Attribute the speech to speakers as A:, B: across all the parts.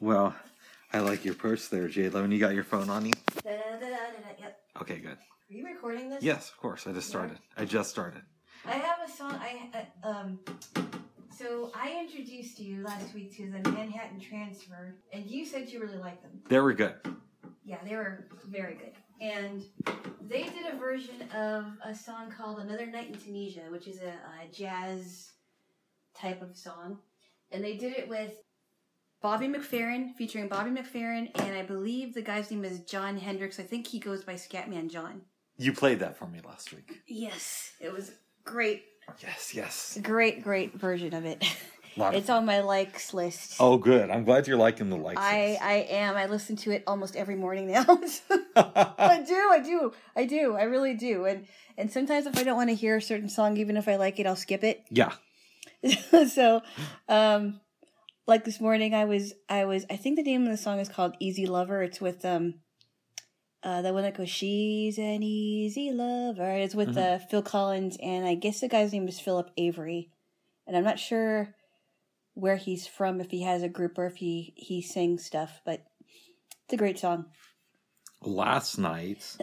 A: Well, I like your purse there, Jade Lone. You got your phone on you?
B: Da-da-da-da-da-da. Yep.
A: Okay, good.
B: Are you recording this?
A: Yes, of course. I just started. I just started.
B: I have a song. I uh, um. So I introduced you last week to the Manhattan Transfer, and you said you really liked them.
A: There we go.
B: Yeah, they were very good. And they did a version of a song called "Another Night in Tunisia," which is a, a jazz type of song, and they did it with Bobby McFerrin, featuring Bobby McFerrin, and I believe the guy's name is John Hendricks. I think he goes by Scatman John.
A: You played that for me last week.
B: Yes, it was great,
A: Yes, yes.
B: great, great version of it.
A: Lot of-
B: it's on my likes list.
A: oh, good. I'm glad you're liking the likes.
B: I I am. I listen to it almost every morning now. I do, I do, I do, I really do. And and sometimes if I don't want to hear a certain song, even if I like it, I'll skip it.
A: yeah.
B: so, um, like this morning, I was I was I think the name of the song is called "Easy Lover." It's with um, uh, the one that goes "She's an easy lover." It's with uh, Phil Collins, and I guess the guy's name is Philip Avery, and I'm not sure where he's from, if he has a group or if he he sings stuff, but it's a great song.
A: Last night,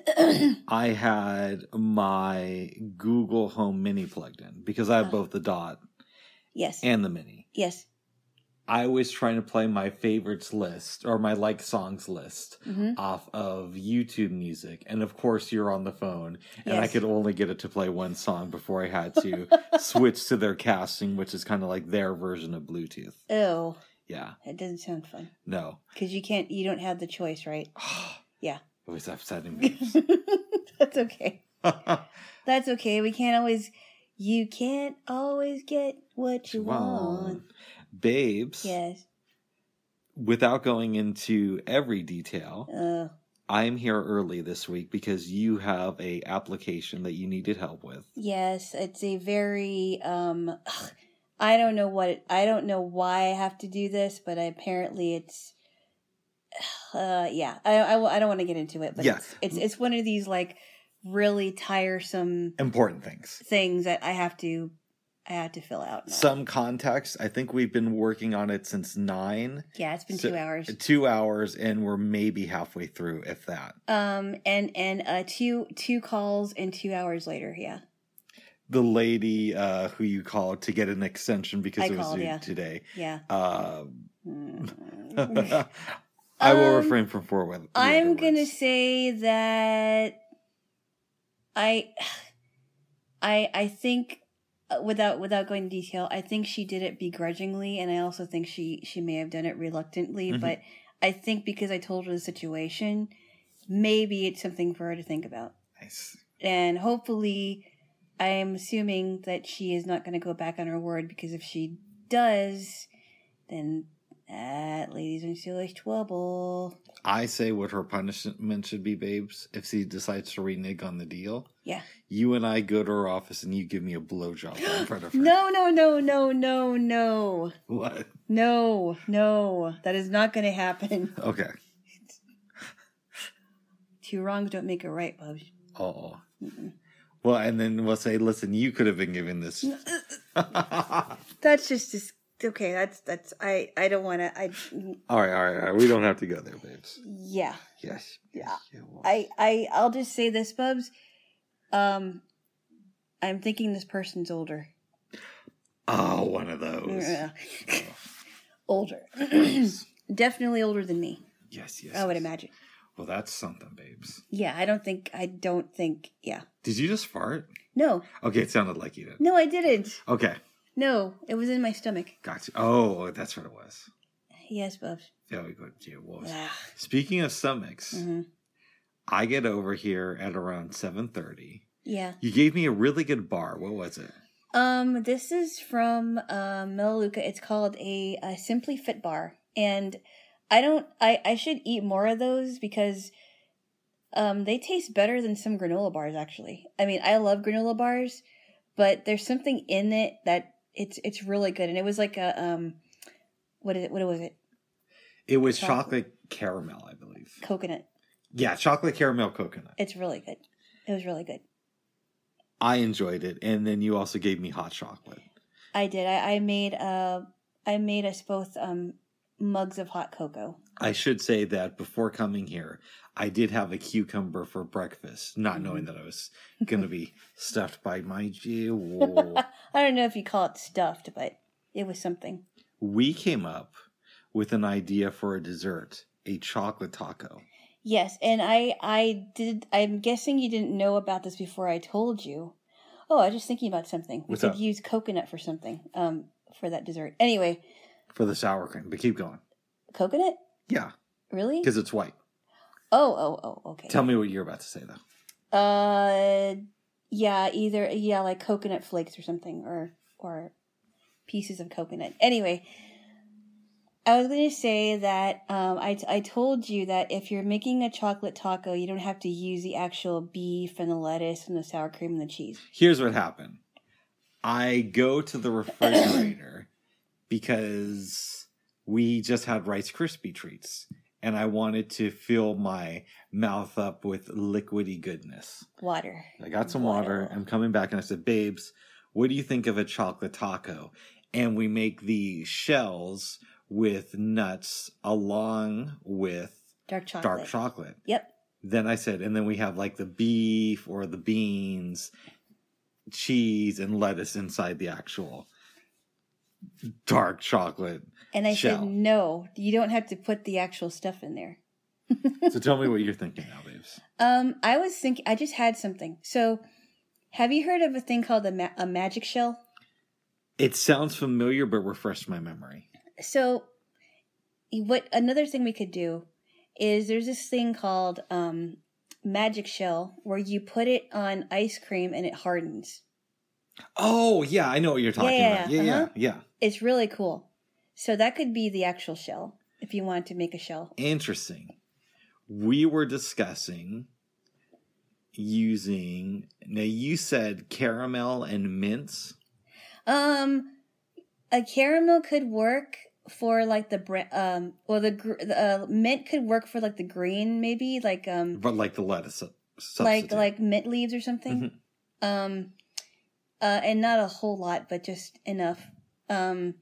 A: I had my Google Home Mini plugged in because I have
B: Oh.
A: both the Dot
B: yes,
A: and the Mini.
B: yes,
A: I was trying to play my favorites list or my like songs list
B: hmm
A: off of YouTube music. And of course, you're on the phone, and I
B: Yes.
A: could only get it to play one song before I had to switch to their casting, which is kind of like their version of Bluetooth.
B: Oh,
A: Yeah,
B: that doesn't sound fun
A: no.
B: because you can't you don't have the choice, right? Yeah.
A: It was upsetting me.
B: That's okay.
A: That's
B: That's okay. We can't always. You can't always get what you want.
A: Babes,
B: Yes.
A: without going into every detail,
B: Uh,
A: I'm here early this week because you have a application that you needed help with.
B: yes. It's a very. Um. ugh, I don't know what. It, I don't know why I have to do this, but I, apparently it's. Uh. Yeah. I. I, w- I don't want to get into it, but
A: Yeah.
B: it's, it's it's one of these like really tiresome
A: Important things.
B: things that I have to. I have to fill out. now.
A: some context. I think we've been working on it since nine,
B: yeah, it's been
A: so-
B: two hours.
A: two hours, and we're maybe halfway through, if that.
B: Um. And and uh two two calls and two hours later. Yeah.
A: The lady uh, who you called to get an extension because
B: I
A: it was
B: called,
A: due
B: yeah.
A: today.
B: Yeah.
A: Uh,
B: Mm.
A: I will
B: Um,
A: refrain from four with.
B: I'm gonna say that I, I, I think uh, without without going into detail, I think she did it begrudgingly, and I also think she she may have done it reluctantly.
A: Mhm.
B: But I think because I told her the situation, maybe it's something for her to think about,
A: Nice.
B: and hopefully, I am assuming that she is not going to go back on her word because if she does, then that lady's in serious trouble.
A: I say what her punishment should be, babes. If she decides to renege on the deal,
B: Yeah.
A: you and I go to her office and you give me a blowjob in front of her.
B: No, no, no, no, no, no.
A: What?
B: No, no. That is not going to happen.
A: Okay.
B: Two wrongs don't make a right, Bob.
A: Oh. Well, and then we'll say, listen, you could have been given this. all
B: That's just dis- okay. That's that's I I don't want to I
A: right, all right, all right. We don't have to go there, babes.
B: yeah.
A: Yes.
B: Yeah.
A: yes, you will.
B: I I I'll just say this, Bubs. Um I'm thinking this person's older.
A: Oh, one of those.
B: older.
A: yes,
B: Definitely older than me.
A: yes.
B: I would
A: yes.
B: imagine.
A: Well, that's something, babes.
B: Yeah, I don't think I don't think yeah.
A: Did you just fart?
B: No.
A: Okay, it sounded like you did.
B: No, I didn't.
A: Okay,
B: No, it was in my stomach.
A: gotcha. Oh, that's what it was.
B: Yes, Bubs.
A: Yeah, we go to your wolves.
B: Yeah.
A: Speaking of stomachs,
B: hmm
A: I get over here at around seven thirty.
B: Yeah.
A: You gave me a really good bar. What was it?
B: Um, this is from uh, Melaleuca. It's called a, a Simply Fit Bar, and I don't. I I should eat more of those because um they taste better than some granola bars. Actually, I mean, I love granola bars, but there's something in it that it's it's really good, and it was like a um, what is it? What was it?
A: It was chocolate
B: Chocolate.
A: caramel, I believe.
B: Coconut.
A: Yeah, chocolate caramel coconut.
B: It's really good. It was really good.
A: I enjoyed it, and then you also gave me hot chocolate.
B: I did. I, I made uh I made us both um mugs of hot cocoa.
A: I should say that before coming here, I did have a cucumber for breakfast, not knowing that I was going to be stuffed by my jewel.
B: I don't know if you call it stuffed, but it was something.
A: we came up with an idea for a dessert, a chocolate taco.
B: Yes, and I I did I'm guessing you didn't know about this before I told you. Oh, I was just thinking about something.
A: What's
B: we could
A: up?
B: use coconut for something um for that dessert. Anyway,
A: for the sour cream. But keep going.
B: coconut?
A: Yeah,
B: Really?
A: because it's white.
B: Oh, oh, oh, okay.
A: Tell me what you're about to say, though.
B: Uh, yeah, either yeah, like coconut flakes or something, or or pieces of coconut. Anyway, I was going to say that um, I I told you that if you're making a chocolate taco, you don't have to use the actual beef and the lettuce and the sour cream and the cheese.
A: Here's what happened I go to the refrigerator because we just had Rice Krispie treats, and I wanted to fill my mouth up with liquidy goodness.
B: Water.
A: I got some water.
B: Wow.
A: I'm coming back, and I said, Babes, what do you think of a chocolate taco? And we make the shells with nuts along with
B: Dark chocolate.
A: dark chocolate.
B: Yep.
A: then I said, and then we have like the beef or the beans, cheese, and lettuce inside the actual dark chocolate.
B: And I
A: Shell.
B: said no, you don't have to put the actual stuff in there.
A: So tell me what you're thinking now, babes.
B: Um, I was thinking. I just had something. So, have you heard of a thing called a, ma- a magic shell?
A: It sounds familiar, but refresh my memory.
B: so what another thing we could do is there's this thing called um magic shell where you put it on ice cream and it hardens
A: Oh yeah, I know what you're talking
B: Yeah,
A: about. Yeah, yeah,
B: uh-huh.
A: yeah.
B: it's really cool so that could be the actual shell if you wanted to make a shell
A: Interesting. We were discussing using now you said caramel and mints.
B: um a caramel could work for like the bre- um well the, gr- the uh, mint could work for like the green maybe like um
A: But like the lettuce sub-
B: like
A: substitute. Mm-hmm.
B: like mint leaves or something. Um, uh, and not a whole lot, but just enough. Um,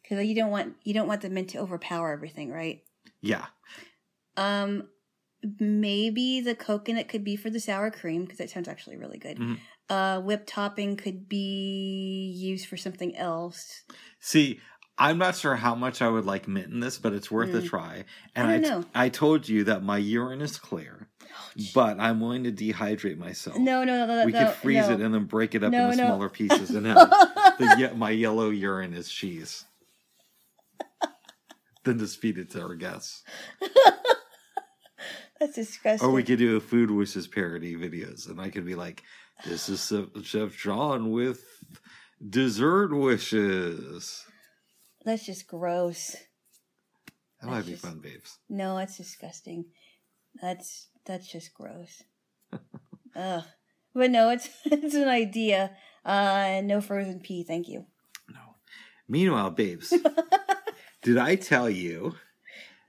B: because you don't want you don't want the mint to overpower everything, right?
A: yeah.
B: Um, maybe the coconut could be for the sour cream because that sounds actually really good.
A: Mhm.
B: Uh, whipped topping could be used for something else.
A: See, I'm not sure how much I would like mint in this, but it's worth a
B: Mm.
A: try.
B: I
A: And I,
B: don't
A: t-
B: know.
A: I told you that my urine is clear, but I'm willing to dehydrate myself.
B: No, no, no, no.
A: Oh. we
B: no,
A: could freeze
B: no.
A: it and then break it up
B: No,
A: into
B: no.
A: smaller pieces and have the ye- my yellow urine is cheese. then just feed it to our guests.
B: That's disgusting.
A: Or we could do a Food Wishes parody videos, and I could be like, "This is Chef- Chef John with dessert wishes."
B: That's just gross.
A: That might
B: That's
A: be
B: just-
A: fun, babes.
B: No, that's disgusting. That's that's just gross. Ugh. But no, it's it's an idea. Uh, no frozen pea, thank you.
A: No. Meanwhile, babes, did I tell you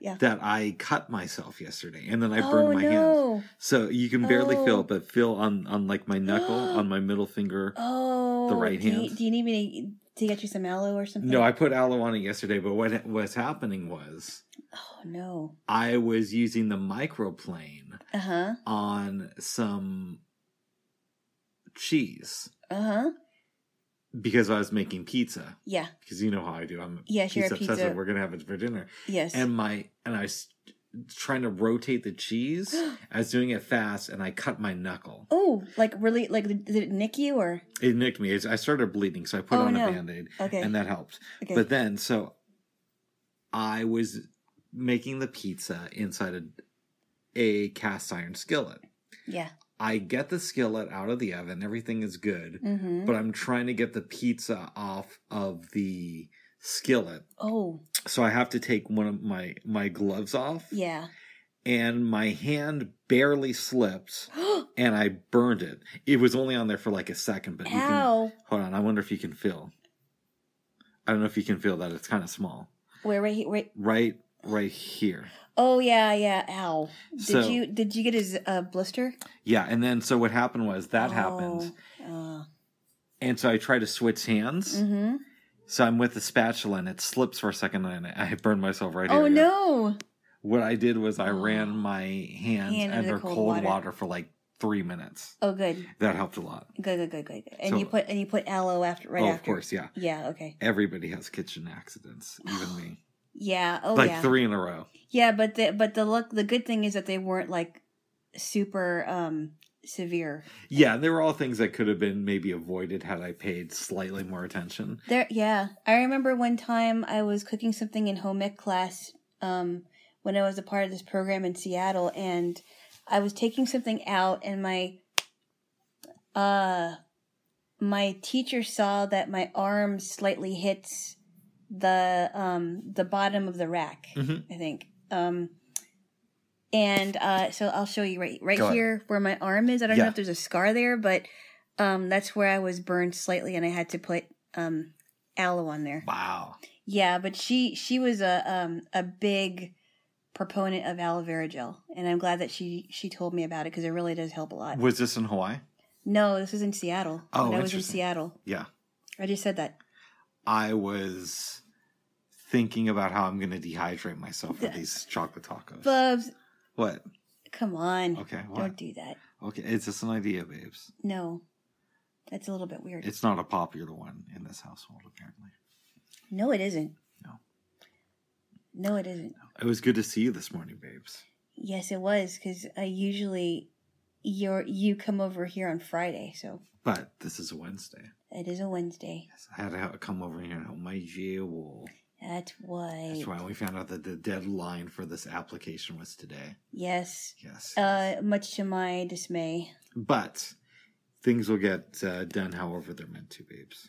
B: Yeah.
A: that I cut myself yesterday and then I
B: oh
A: burned my hands?
B: no!
A: So you can barely feel
B: Oh.
A: it, but feel on, on like my knuckle, on my middle finger.
B: Oh,
A: The right
B: do you-
A: hand.
B: Do you need me to, to get you some aloe or something?
A: No, I put aloe on it yesterday, but what was happening was
B: Oh no.
A: I was using the microplane
B: Uh huh.
A: on some cheese
B: Uh huh.
A: because I was making pizza.
B: Yeah.
A: Because you know how I do. I'm
B: Yes, you're a
A: pizza obsessive.
B: pizza-
A: We're gonna have it for dinner.
B: Yes.
A: and my and I was trying to rotate the cheese. I was doing it fast, and I cut my knuckle.
B: oh, like really? Like did it nick you or?
A: It nicked me. It's- I started bleeding, so I put
B: Oh,
A: on
B: no.
A: a band-aid,
B: Okay.
A: and that helped.
B: okay.
A: But then, so I was making the pizza inside a, a cast iron skillet.
B: yeah.
A: I get the skillet out of the oven. Everything is good,
B: Mm-hmm.
A: but I'm trying to get the pizza off of the skillet.
B: oh
A: So I have to take one of my my gloves off.
B: yeah.
A: and my hand barely slipped and I burned it. It was only on there for like a second, but you can,
B: Ow!
A: hold on. I wonder if you can feel. I don't know if you can feel that. It's kind of small.
B: Wait, right, here- right.
A: Right, right here.
B: Oh yeah, yeah. Ow! Did
A: So-
B: you did you get his uh, blister?
A: Yeah. And then, so what happened was that happened.
B: Oh,
A: And so I tried to switch hands.
B: Uh, mm-hmm.
A: So I'm with the spatula and it slips for a second and I I burned myself right
B: oh
A: here.
B: no!
A: What I did was I
B: Oh.
A: ran my hands
B: Hand
A: under cold, water. for like three minutes.
B: Oh good,
A: That helped a lot.
B: good, good, good, good. good. And
A: So-
B: you put and you put aloe after right
A: oh,
B: after.
A: of course, yeah.
B: Yeah. Okay.
A: Everybody has kitchen accidents, even me.
B: Yeah. Oh
A: like
B: yeah.
A: three in a row.
B: Yeah, but the but the look the good thing is that they weren't like super um severe.
A: Yeah, they were all things that could have been maybe avoided had I paid slightly more attention.
B: There, yeah. I remember one time I was cooking something in home ec class um, when I was a part of this program in Seattle, and I was taking something out, and my uh, my teacher saw that my arm slightly hits the um, the bottom of the rack.
A: Mhm.
B: I think. Um, and uh, so I'll show you right right
A: Go ahead.
B: here where my arm is. I don't
A: Yeah.
B: know if there's a scar there, but um, that's where I was burned slightly, and I had to put um, aloe on there.
A: Wow.
B: Yeah, but she she was a um, a big proponent of aloe vera gel, and I'm glad that she she told me about it because it really does help a lot.
A: Was this in Hawaii?
B: No, this was in Seattle.
A: Oh,
B: when I was in
A: interesting.
B: Seattle.
A: Yeah.
B: I just said that.
A: I was thinking about how I'm going to dehydrate myself with these chocolate tacos.
B: Bubs,
A: what?
B: come on,
A: Okay,
B: don't
A: what?
B: do that.
A: Okay, it's just an idea, babes.
B: No, that's a little bit weird.
A: It's not a popular one in this household, apparently.
B: No, it isn't.
A: No.
B: No, it isn't.
A: It was good to see you this morning, babes.
B: Yes, it was because I usually you're you come over here on Friday, so
A: But this is a Wednesday.
B: it is a Wednesday.
A: Yes, I had to come over here and help my jewel.
B: That's why.
A: That's why we found out that the deadline for this application was today.
B: Yes.
A: Yes.
B: Uh, much to my dismay.
A: but things will get uh, done however they're meant to, babes.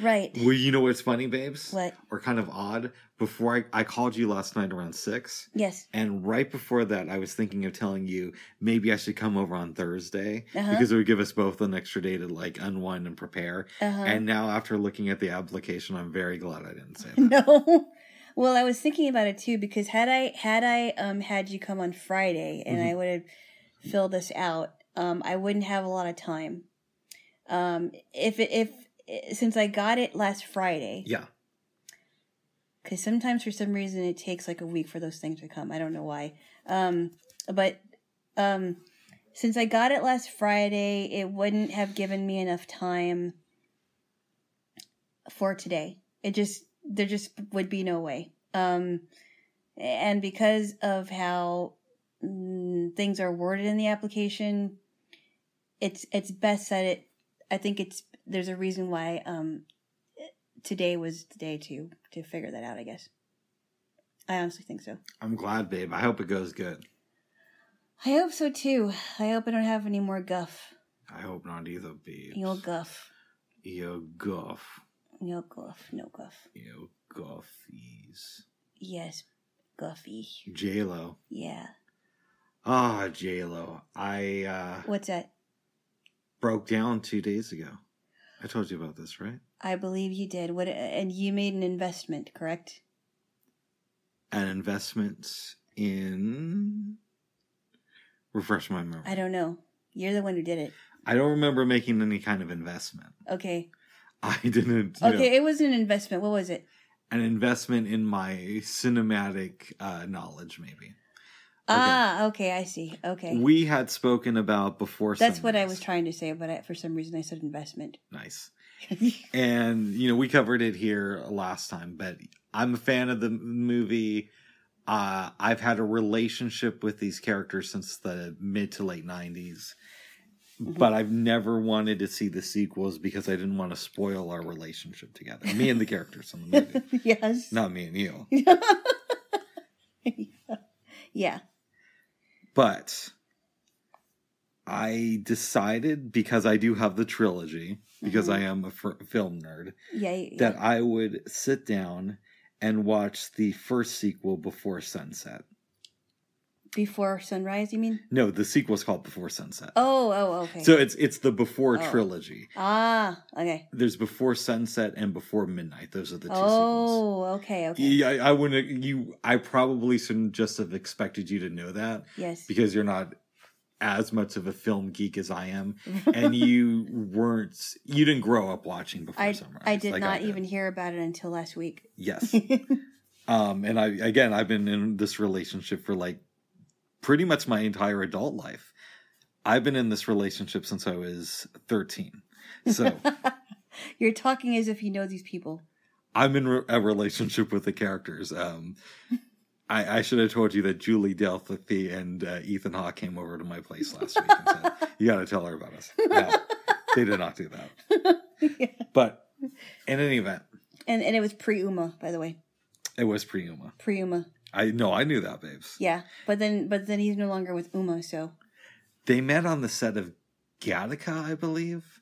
B: Right.
A: Well, you know what's funny, babes?
B: What?
A: Or kind of odd. Before I, I called you last night around six,
B: Yes.
A: and right before that, I was thinking of telling you maybe I should come over on Thursday
B: Uh huh.
A: because it would give us both an extra day to like unwind and prepare.
B: Uh huh.
A: And now, after looking at the application, I'm very glad I didn't say that.
B: No. Well, I was thinking about it too because had I had I um had you come on Friday
A: Mm-hmm.
B: and I would have filled this out, um I wouldn't have a lot of time. Um if it, if since I got it last Friday,
A: yeah.
B: because sometimes for some reason it takes like a week for those things to come. I don't know why. Um, but um, since I got it last Friday, it wouldn't have given me enough time for today. It just there just would be no way. Um, and because of how mm, things are worded in the application, it's it's best that it. I think it's there's a reason why um, today was the day to to figure that out. I guess. I honestly think so.
A: I'm glad, babe. I hope it goes good.
B: I hope so too. I hope I don't have any more guff.
A: I hope not either, babes.
B: Yo guff.
A: Yo, guff.
B: Yo guff. No guff.
A: Yo, guffies.
B: Yes, guffy.
A: J-Lo.
B: Yeah.
A: Ah, J-Lo. I, uh...
B: What's that?
A: broke down two days ago. I told you about this, right?
B: I believe you did. What? And you made an investment, correct?
A: An investment in. Refresh my memory.
B: I don't know. You're the one who did it.
A: I don't remember making any kind of investment.
B: Okay.
A: I didn't. you know,
B: Okay. It was an investment. What was it?
A: an investment in my cinematic uh, knowledge, maybe.
B: Ah. Okay. I see. Okay.
A: We had spoken about before.
B: That's what I
A: Sunrise.
B: was trying to say, but I, for some reason I said investment.
A: Nice. and you know we covered it here last time but i'm a fan of the movie uh, i've had a relationship with these characters since the mid to late 90s but i've never wanted to see the sequels because i didn't want to spoil our relationship together me and the characters in the movie
B: yes.
A: not me and you
B: Yeah.
A: but i decided because i do have the trilogy because
B: Mhm.
A: i am a f- film nerd
B: Yeah. yeah.
A: that I would sit down and watch the first sequel before sunset.
B: Before sunrise, you mean?
A: No, the sequel's called Before Sunset.
B: Oh, oh, okay.
A: So it's it's the before
B: Oh.
A: trilogy.
B: ah, okay.
A: There's before sunset and before midnight. Those are the two sequels.
B: Oh, okay, okay.
A: Yeah, I, I wouldn't you I probably shouldn't just have expected you to know that
B: yes.
A: because you're not as much of a film geek as I am, and you weren't you didn't grow up watching before
B: I,
A: Sunrise.
B: I did
A: like
B: not
A: did.
B: even hear about it until last week.
A: Yes. um, and I again I've been in this relationship for like pretty much my entire adult life. I've been in this relationship since I was 13. So
B: You're talking as if you know these people.
A: I'm in re- a relationship with the characters. Um, I, I should have told you that Julie Delphi and uh, Ethan Hawke came over to my place last week and said, "You got to tell her about us." No, they did not do that. But in any event,
B: And and it was pre Uma, by the way.
A: it was pre Uma.
B: Pre Uma.
A: I no, I knew that, babes.
B: Yeah. But then but then he's no longer with Uma, so
A: They met on the set of Gattaca, I believe.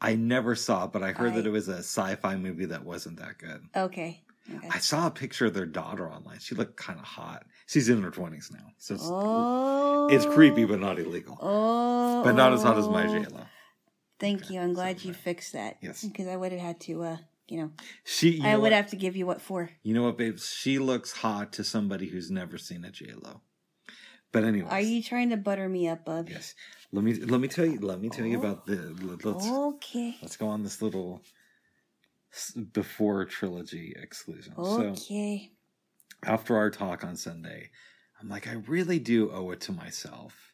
A: I never saw, it, but I heard
B: I-
A: that it was a sci-fi movie that wasn't that good.
B: okay. Okay.
A: I saw a picture of their daughter online. She looked kind of hot. She's in her twenties now, so it's,
B: Oh
A: it's creepy but not illegal.
B: Oh
A: but not as hot as my JLo.
B: Thank you. I'm glad
A: sorry.
B: you fixed that.
A: Yes.
B: Because I would have had to uh you know
A: She, you
B: I
A: know what,
B: would have to give you what for.
A: you know what, babes? She looks hot to somebody who's never seen a JLo. But anyway,
B: Are you trying to butter me up, bub?
A: Yes. Let me let me tell you. Let me tell you
B: Oh.
A: about the. let- Let's
B: Okay.
A: let's go on this little s- before trilogy exclusion. So
B: Okay.
A: after our talk on Sunday, I'm like, I really do owe it to myself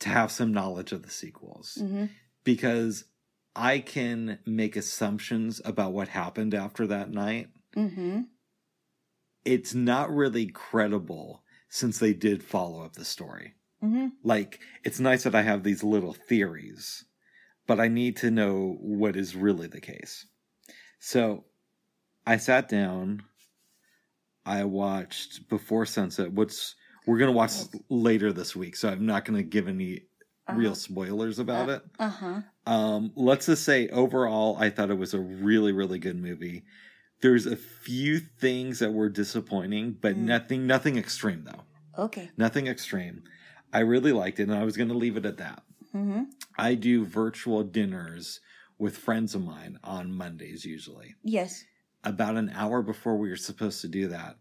A: to have some knowledge of the sequels
B: hmm
A: because I can make assumptions about what happened after that night.
B: hmm
A: It's not really credible since they did follow up the story.
B: hmm
A: Like, it's nice that I have these little theories, but I need to know what is really the case. So I sat down, I watched Before Sunset, which we're going to watch later this week, so I'm not going to give any
B: uh-huh,
A: real spoilers about it.
B: Uh huh.
A: Um, let's just say overall, I thought it was a really, really good movie. There's a few things that were disappointing, but
B: Mm.
A: nothing, nothing extreme though.
B: Okay.
A: Nothing extreme. I really liked it, and I was going to leave it at that.
B: Mm-hmm.
A: I do virtual dinners with friends of mine on Mondays usually.
B: Yes.
A: About an hour before we were supposed to do that,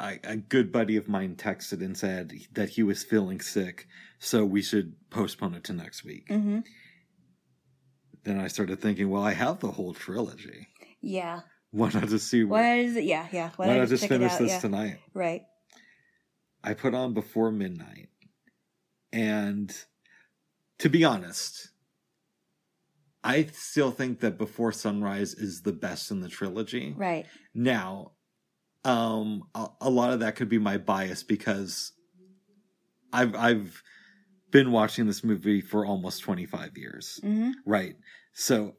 A: I, a good buddy of mine texted and said that he was feeling sick, so we should postpone it to next week.
B: Mm-hmm.
A: Then I started thinking, well, I have the whole trilogy.
B: Yeah.
A: Why not just see?
B: Why is it? Yeah. Yeah.
A: why not just
B: check it
A: finish
B: out?
A: this
B: Yeah.
A: tonight?
B: Right.
A: I put on before midnight. And to be honest, I still think that Before Sunrise is the best in the trilogy.
B: Right.
A: Now, um a, a lot of that could be my bias because I've I've been watching this movie for almost 25 years.
B: Mm-hmm.
A: Right. So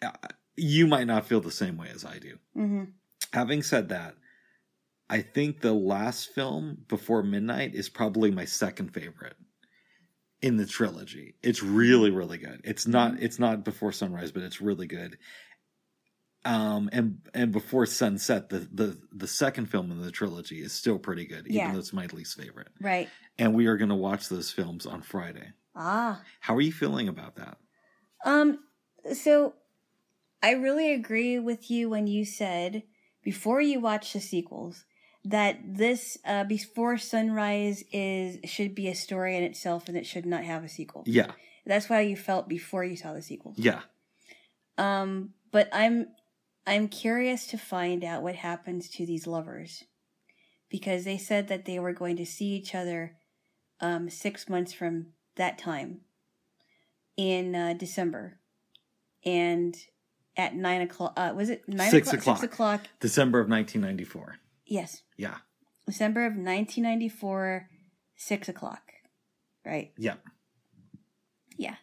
A: uh, you might not feel the same way as I do.
B: Mm-hmm.
A: Having said that, I think the last film before midnight is probably my second favorite in the trilogy. It's really really good. It's not it's not before sunrise, but it's really good. Um and and before sunset, the the the second film in the trilogy is still pretty good, even
B: Yeah.
A: though it's my least favorite.
B: Right.
A: And we are going to watch those films on Friday.
B: Ah.
A: How are you feeling about that?
B: Um. So, I really agree with you when you said before you watch the sequels that this uh, before sunrise is should be a story in itself and it should not have a sequel.
A: Yeah,
B: That's why you felt before you saw the sequel.
A: yeah,
B: Um, but I'm I'm curious to find out what happens to these lovers because they said that they were going to see each other um, six months from that time in uh, December, and at nine o'clock uh, was it nine
A: Six
B: o'clock? Six o'clock.
A: December of 1994.
B: Yes,
A: Yeah,
B: December of 1994, six o'clock. Right.
A: yeah.
B: Yeah.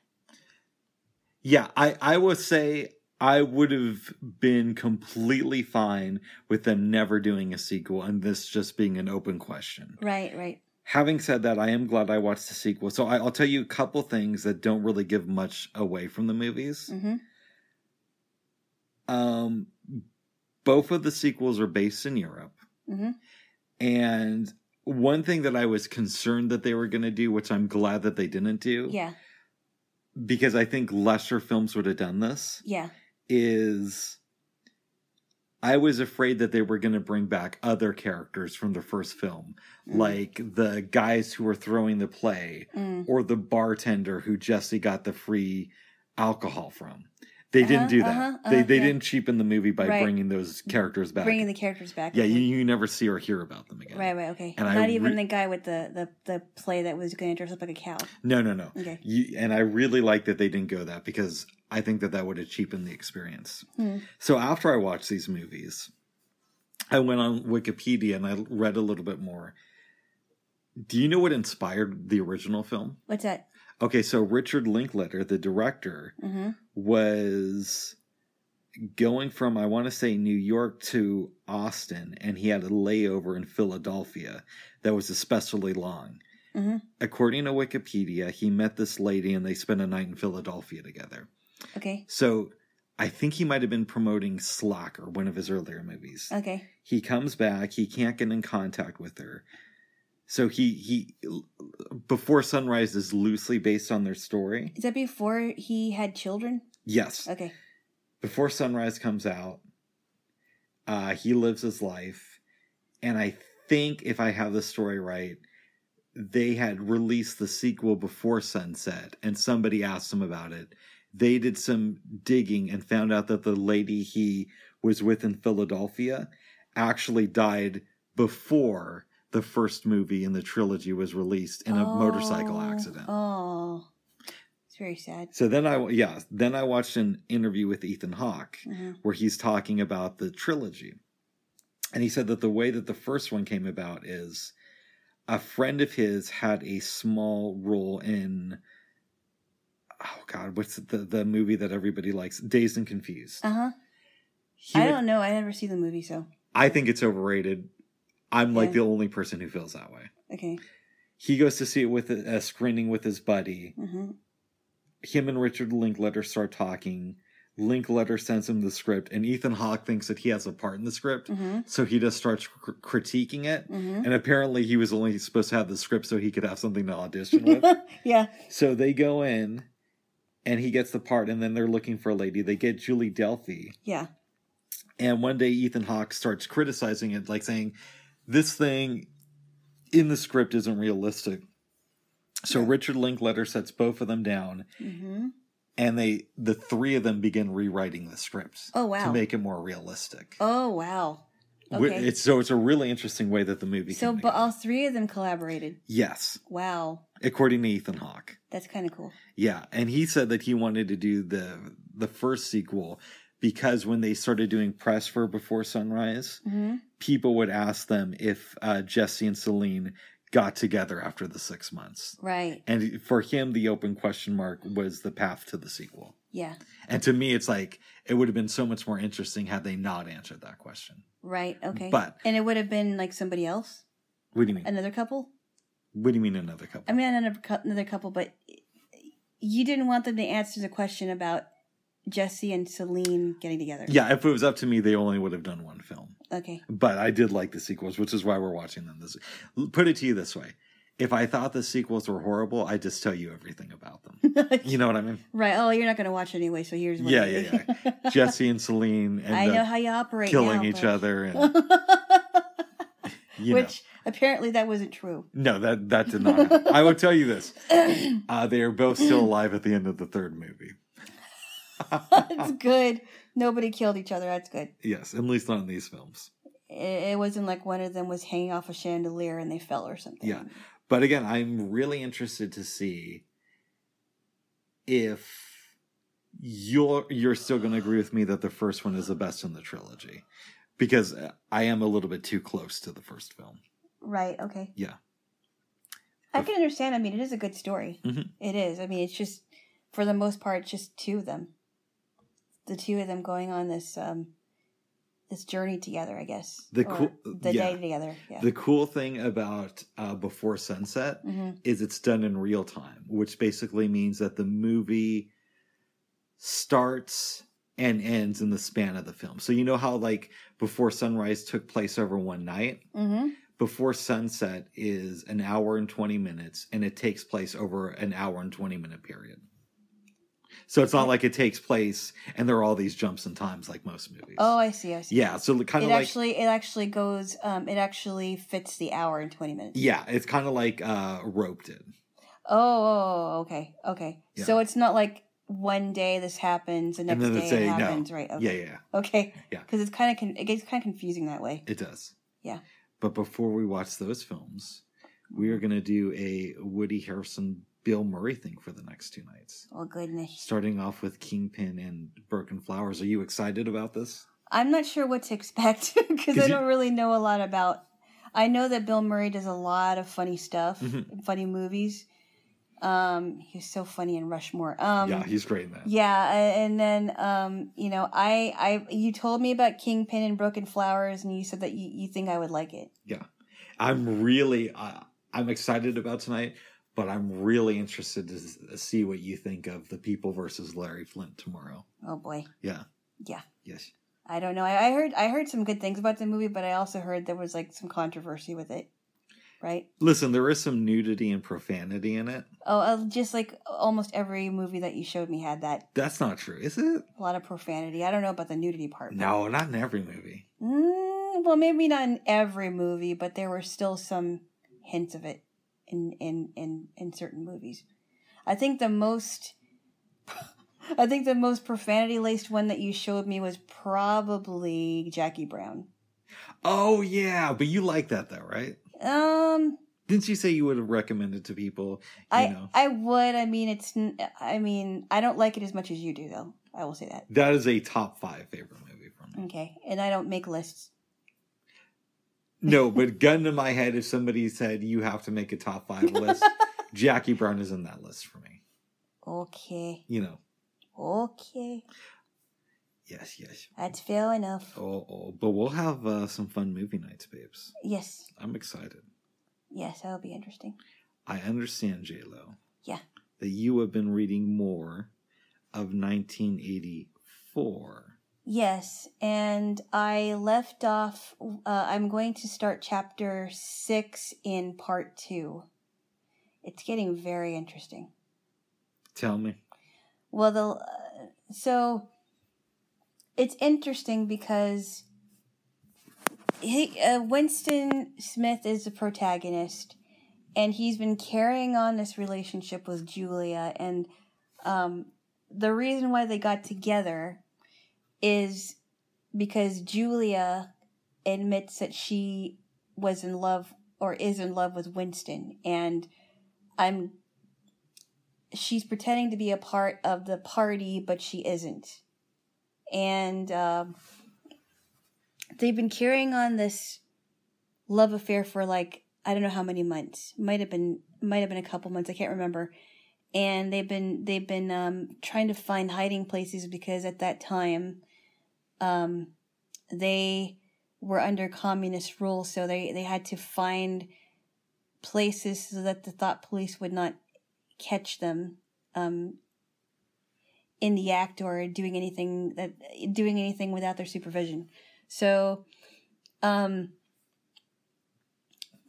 A: Yeah, I, I would say I would have been completely fine with them never doing a sequel and this just being an open question.
B: Right. Right.
A: Having said that, I am glad I watched the sequel. So I, I'll tell you a couple things that don't really give much away from the movies.
B: Mm-hmm.
A: Um, both of the sequels are based in Europe.
B: Mm-hmm.
A: And one thing that I was concerned that they were going to do, which I'm glad that they didn't do,
B: Yeah.
A: because I think lesser films would have done this.
B: Yeah.
A: is I was afraid that they were going to bring back other characters from the first film,
B: Mm.
A: like the guys who were throwing the play
B: Mm.
A: or the bartender who Jesse got the free alcohol from. They didn't
B: Uh-huh,
A: do that.
B: uh-huh,
A: they
B: uh-huh,
A: they
B: yeah.
A: didn't cheapen the movie by
B: Right.
A: bringing those characters back.
B: Bringing the characters back.
A: yeah,
B: okay.
A: you, you never see or hear about them again.
B: Right, right, okay.
A: And I
B: Not even
A: re-
B: the guy with the, the, the play that was going to dress up like a cow.
A: No, no, no.
B: Okay.
A: You, and I really like that they didn't go that because I think that that would have cheapened the experience.
B: Hmm.
A: So after I watched these movies, I went on Wikipedia and I read a little bit more. Do you know what inspired the original film?
B: What's that?
A: Okay, so Richard Linkletter, the director,
B: Mm-hmm.
A: was going from I want to say New York to Austin, and he had a layover in Philadelphia that was especially long.
B: Mhm.
A: According to Wikipedia, he met this lady and they spent a night in Philadelphia together.
B: Okay.
A: So I think he might have been promoting Slack or one of his earlier movies.
B: Okay.
A: He comes back, he can't get in contact with her. So he he before sunrise is loosely based on their story.
B: Is that before he had children?
A: Yes.
B: Okay.
A: before sunrise comes out uh he lives his life and i think if i have the story right they had released the sequel before sunset and somebody asked him about it they did some digging and found out that the lady he was with in philadelphia actually died before the first movie in the trilogy was released in a motorcycle
B: Oh,
A: accident
B: Oh. It's very sad.
A: so then i yeah then i watched an interview with ethan hawke
B: hmm
A: where he's talking about the trilogy. And he said that the way that the first one came about is a friend of his had a small role in oh god, what's the the movie that everybody likes? Dazed and Confused.
B: Uh huh.
A: He
B: I
A: would-
B: don't know. I never see the movie, so.
A: I think it's overrated. I'm like
B: Yeah.
A: the only person who feels that way.
B: Okay.
A: He goes to see it with a, a screening with his buddy.
B: Mm-hmm.
A: Him and Richard Linkletter start talking. Linkletter sends him the script, and Ethan Hawke thinks that he has a part in the script.
B: Mm-hmm.
A: So he just starts cr- critiquing it.
B: Mm-hmm.
A: And apparently, he was only supposed to have the script so he could have something to audition with.
B: yeah.
A: so they go in, and he gets the part, and then they're looking for a lady. They get Julie Delphi.
B: Yeah.
A: And one day, Ethan Hawke starts criticizing it, like saying, This thing in the script isn't realistic. So Richard Linkletter sets both of them down,
B: Mm-hmm.
A: and they the three of them begin rewriting the script
B: Oh, wow.
A: to make it more realistic.
B: Oh, wow.
A: Wh-
B: okay.
A: It's, so it's a really interesting way that the movie.
B: So,
A: came
B: but
A: together.
B: all three of them collaborated.
A: Yes,
B: Wow.
A: according to Ethan Hawke.
B: That's kind of cool.
A: Yeah, and he said that he wanted to do the the first sequel because when they started doing press for Before Sunrise,
B: Mm-hmm.
A: people would ask them if uh, Jesse and Celine got together after the six months.
B: Right.
A: And for him, the open question mark was the path to the sequel.
B: Yeah.
A: And to me, it's like it would have been so much more interesting had they not answered that question.
B: Right. Okay.
A: But-
B: and it would have been like somebody else,
A: What do you mean?
B: another couple.
A: What do you mean another couple?
B: I mean, another cou- another couple, but you didn't want them to answer the question about Jesse and Celine getting together.
A: yeah, if it was up to me, they only would have done one film.
B: Okay.
A: but I did like the sequels, which is why we're watching them. This put it to you this way: if I thought the sequels were horrible, I just tell you everything about them. You know what I mean?
B: right. Oh, you're not going to watch it anyway. So here's what
A: Yeah,
B: it
A: yeah,
B: is.
A: Jesse and Celine
B: I
A: end
B: know
A: up
B: how you operate.
A: killing
B: now,
A: each
B: but-
A: other, and you know,
B: Which apparently that wasn't true.
A: no, that that did not. Happen. I will tell you this: uh, they are both still alive at the end of the third movie.
B: That's good. Nobody killed each other. That's good.
A: Yes, at least not in these films.
B: It, it wasn't like one of them was hanging off a chandelier and they fell or something.
A: Yeah. But again, I'm really interested to see if you're you're still going to agree with me that the first one is the best in the trilogy because uh, I am a little bit too close to the first film.
B: Right. Okay.
A: Yeah.
B: I can understand. I mean, it is a good story.
A: Mhm.
B: It is. I mean, it's just for the most part, it's just two of them, the two of them going on this um this journey together. I guess
A: The
B: Or
A: cool-
B: the
A: yeah.
B: day together. Yeah.
A: The cool thing about uh, Before Sunset
B: hmm
A: is it's done in real time, which basically means that the movie starts and ends in the span of the film. So you know how like Before Sunrise took place over one night?
B: hmm
A: Before Sunset is an hour and 20 minutes, and it takes place over an hour and 20 minute period. So it's not like it takes place and there are all these jumps and times like most movies.
B: Oh, I see. I see.
A: yeah. So kind
B: It
A: of like
B: actually it actually goes um it actually fits the hour and 20 minutes.
A: yeah, it's kind of like uh, Rope did.
B: Oh, okay. Okay. So it's not like one day this happens the next
A: then
B: day
A: they
B: it
A: say, no.
B: happens, right? Okay.
A: Yeah, yeah, yeah,
B: Okay.
A: Yeah.
B: Cuz it's kind of con- it gets kind of confusing that way.
A: it does.
B: Yeah.
A: But before we watch those films, we
B: Mm-hmm.
A: are gonna do a Woody Harrison, Bill Murray thing for the next two nights.
B: Oh goodness.
A: Starting off with Kingpin and Broken Flowers. Are you excited about this?
B: I'm not sure what to expect cuz
A: Is
B: I
A: he-
B: don't really know a lot about I know that Bill Murray does a lot of funny stuff,
A: Mhm.
B: funny movies. Um he's so funny in Rushmore. Um
A: yeah, he's great in that.
B: Yeah, a- and then um, you know, I I you told me about Kingpin and Broken Flowers, and you said that you, you think I would like it.
A: I'm really, uh, I'm excited about tonight, but I'm really interested to s- see what you think of the people versus Larry Flint tomorrow.
B: Oh boy,
A: Yeah.
B: Yeah.
A: Yes.
B: I don't know. I, I heard I heard some good things about the movie, but I also heard there was like some controversy with it, right?
A: Listen, there is some nudity and profanity in it.
B: Oh, uh, just like almost every movie that you showed me had that
A: That's not true, is it?
B: a lot of profanity. I don't know about the nudity part. but-
A: No, not in every movie.
B: Mm, well, maybe not in every movie, but there were still some hints of it in in in in certain movies. I think the most I think the most profanity laced one that you showed me was probably Jackie Brown.
A: Oh yeah, but you like that though, right?
B: Um
A: Didn't you say you would have recommended to people? You
B: I
A: know,
B: I would I mean it's n- I mean I don't like it as much as you do though. I will say that.
A: that is a top five favorite movie for me.
B: Okay. And I don't make lists.
A: No, but gun to my head, if somebody said you have to make a top five list, Jackie Brown is in that list for me.
B: Okay.
A: You know,
B: Okay.
A: yes, yes.
B: That's fair enough.
A: Oh, oh, but we'll have uh, some fun movie nights, babes.
B: Yes.
A: I'm excited.
B: Yes, that'll be interesting.
A: I understand, J Lo.
B: Yeah.
A: That you have been reading more of 1984.
B: Yes, and I left off. Uh, I'm going to start chapter six in part two. It's getting very interesting.
A: Tell me.
B: Well, the uh, so it's interesting because he uh, Winston Smith is the protagonist, and he's been carrying on this relationship with Julia, and um, the reason why they got together is because Julia admits that she was in love or is in love with Winston, and I'm she's pretending to be a part of the party, but she isn't. And um, they've been carrying on this love affair for like I don't know how many months. Might have been might have been a couple months. I can't remember. And they've been they've been um, trying to find hiding places because at that time, um, they were under communist rule, so they they had to find places so that the thought police would not catch them um, in the act or doing anything that doing anything without their supervision. So, um,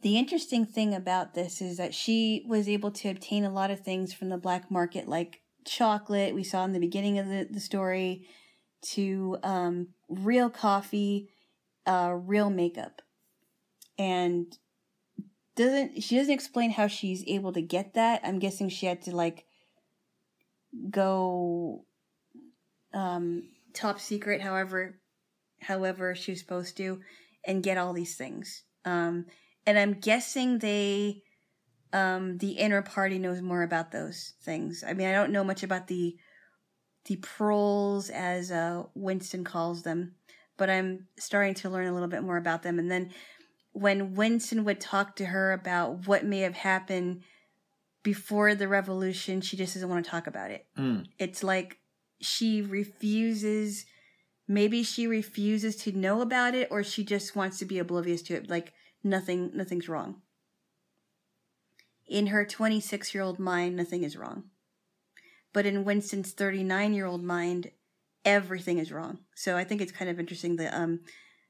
B: the interesting thing about this is that she was able to obtain a lot of things from the black market, like chocolate we saw in the beginning of the, the story, to um, real coffee, uh, real makeup, and doesn't she doesn't explain how she's able to get that i'm guessing she had to like go um top secret however however she was supposed to and get all these things um and i'm guessing they um the inner party knows more about those things i mean i don't know much about the the proles as uh winston calls them but i'm starting to learn a little bit more about them and then when Winston would talk to her about what may have happened before the revolution, she just doesn't want to talk about it.
A: Mm.
B: It's like she refuses, maybe she refuses to know about it or she just wants to be oblivious to it. Like nothing, nothing's wrong. In her 26 year old mind, nothing is wrong. But in Winston's 39 year old mind, everything is wrong. So I think it's kind of interesting that, um,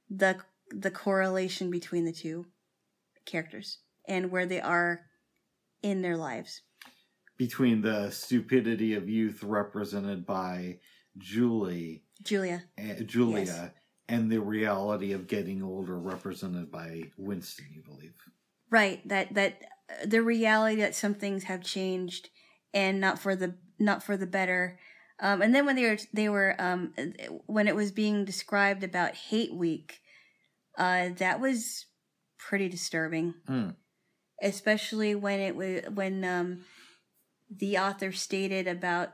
B: the the correlation between the two characters and where they are in their lives.
A: between the stupidity of youth represented by Julie,
B: Julia.
A: uh, Julia,
B: Yes.
A: and the reality of getting older represented by Winston. You believe?
B: Right. That that uh, the reality that some things have changed and not for the not for the better. Um, and then when they were they were um, when it was being described about Hate Week, uh, that was pretty disturbing.
A: Hmm.
B: especially when it was when um, the author stated about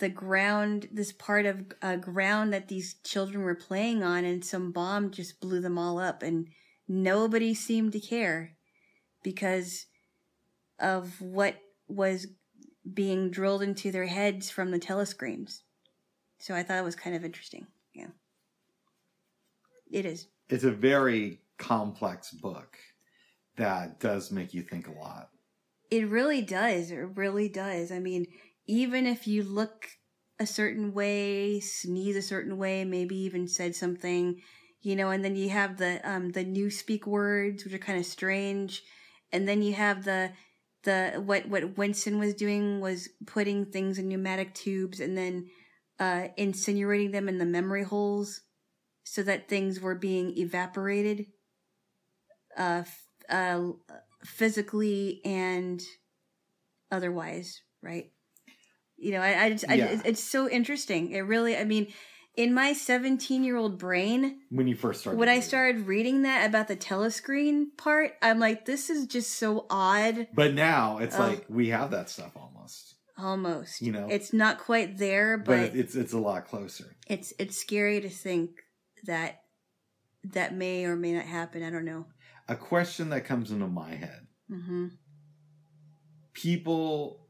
B: the ground, this part of uh, ground that these children were playing on, and some bomb just blew them all up, and nobody seemed to care because of what was being drilled into their heads from the telescreens. So I thought it was kind of interesting. Yeah, it is.
A: It's a very complex book that does make you think a lot.
B: It really does. It really does. I mean, even if you look a certain way, sneeze a certain way, maybe even said something, you know, and then you have the um the new speak words, which are kind of strange, and then you have the the what what Winston was doing was putting things in pneumatic tubes and then uh insinuating them in the memory holes so that things were being evaporated uh f- uh physically and otherwise, right? You know, I, I, just, I
A: Yeah.
B: it's- it's so interesting. It really, I mean, in my 17 year old brain,
A: When you first started,
B: when I
A: reading.
B: started reading that about the telescreen part, I'm like, this is just so odd.
A: but now it's
B: Oh.
A: like we have that stuff almost,
B: Almost,
A: You know?
B: it's not quite there,
A: but,
B: but,
A: it's it's a lot closer.
B: it's it's scary to think that that may or may not happen. I don't know.
A: A question that comes into my head
B: hmm
A: people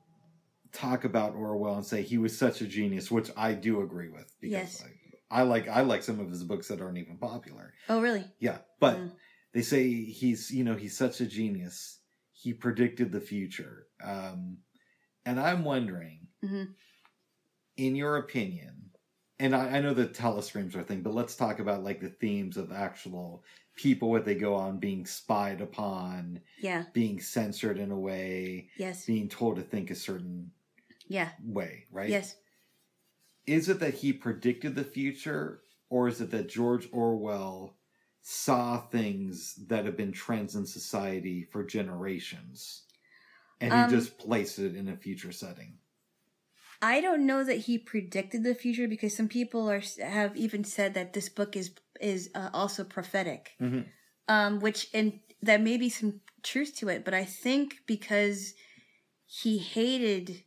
A: talk about Orwell and say he was such a genius, which I do agree with because
B: Yes.
A: like I, like I like some of his books that aren't even popular.
B: Oh, really?
A: Yeah, but
B: Mm.
A: they say he's you know he's such a genius. He predicted the future, um, and I'm wondering,
B: Mhm.
A: in your opinion, and I, I know the telescreams are a thing, but let's talk about like the themes of actual people what they go on being spied upon,
B: Yeah.
A: being censored in a way,
B: Yes.
A: being told to think a certain
B: Yeah.
A: way, right?
B: Yes.
A: Is it that he predicted the future, or is it that George Orwell saw things that have been trends in society for generations and
B: Um,
A: he just placed it in a future setting?
B: I don't know that he predicted the future because some people are have even said that this book is is uh, also prophetic,
A: Mhm.
B: um, which and that may be some truth to it. But I think because he hated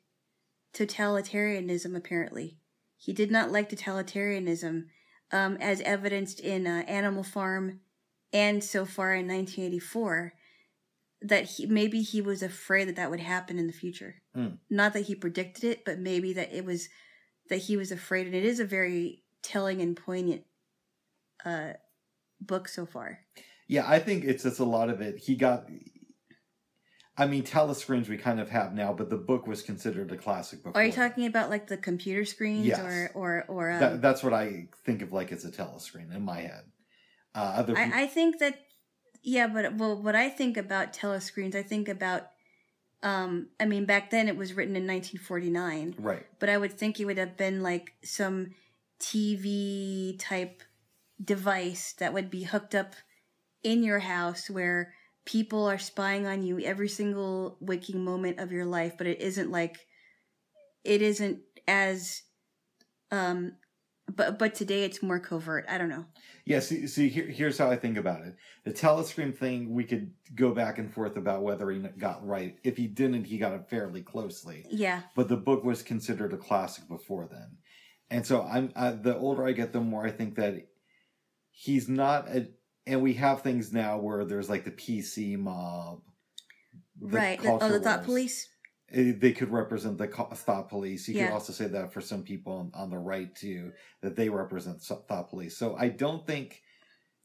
B: totalitarianism, apparently he did not like totalitarianism, um, as evidenced in uh, Animal Farm, and so far in 1984, that he, maybe he was afraid that that would happen in the future not that he predicted it, but maybe that it was that he was afraid. And it is a very telling and poignant uh, book so far.
A: Yeah, I think it's just a lot of it. He got. I mean, telescreens we kind of have now, but the book was considered a classic book.
B: Are you talking about like the computer screens
A: Yes.
B: or or or? Um,
A: That, that's what I think of like as a telescreen in my head. Uh, other peop-
B: I, I think that yeah, but well, what I think about telescreens, I think about. Um, I mean, back then it was written in 1949.
A: right.
B: but I would think it would have been like some TV type device that would be hooked up in your house where people are spying on you every single waking moment of your life, but it isn't like it isn't as um but but today it's more covert. I don't know.
A: Yeah, see, see here, here's how I think about it. The telescreen thing, we could go back and forth about whether he got right. If he didn't, he got it fairly closely.
B: Yeah.
A: But the book was considered a classic before then. And so I'm I, the older I get, the more I think that he's not a. And we have things now where there's like the PC mob, the
B: right. The, oh,
A: culture
B: the thought
A: wars.
B: police.
A: Eh, They could represent the co- thought police. You
B: Yeah.
A: could also say that for some people on, on the right too, that they represent so- thought police. So I don't think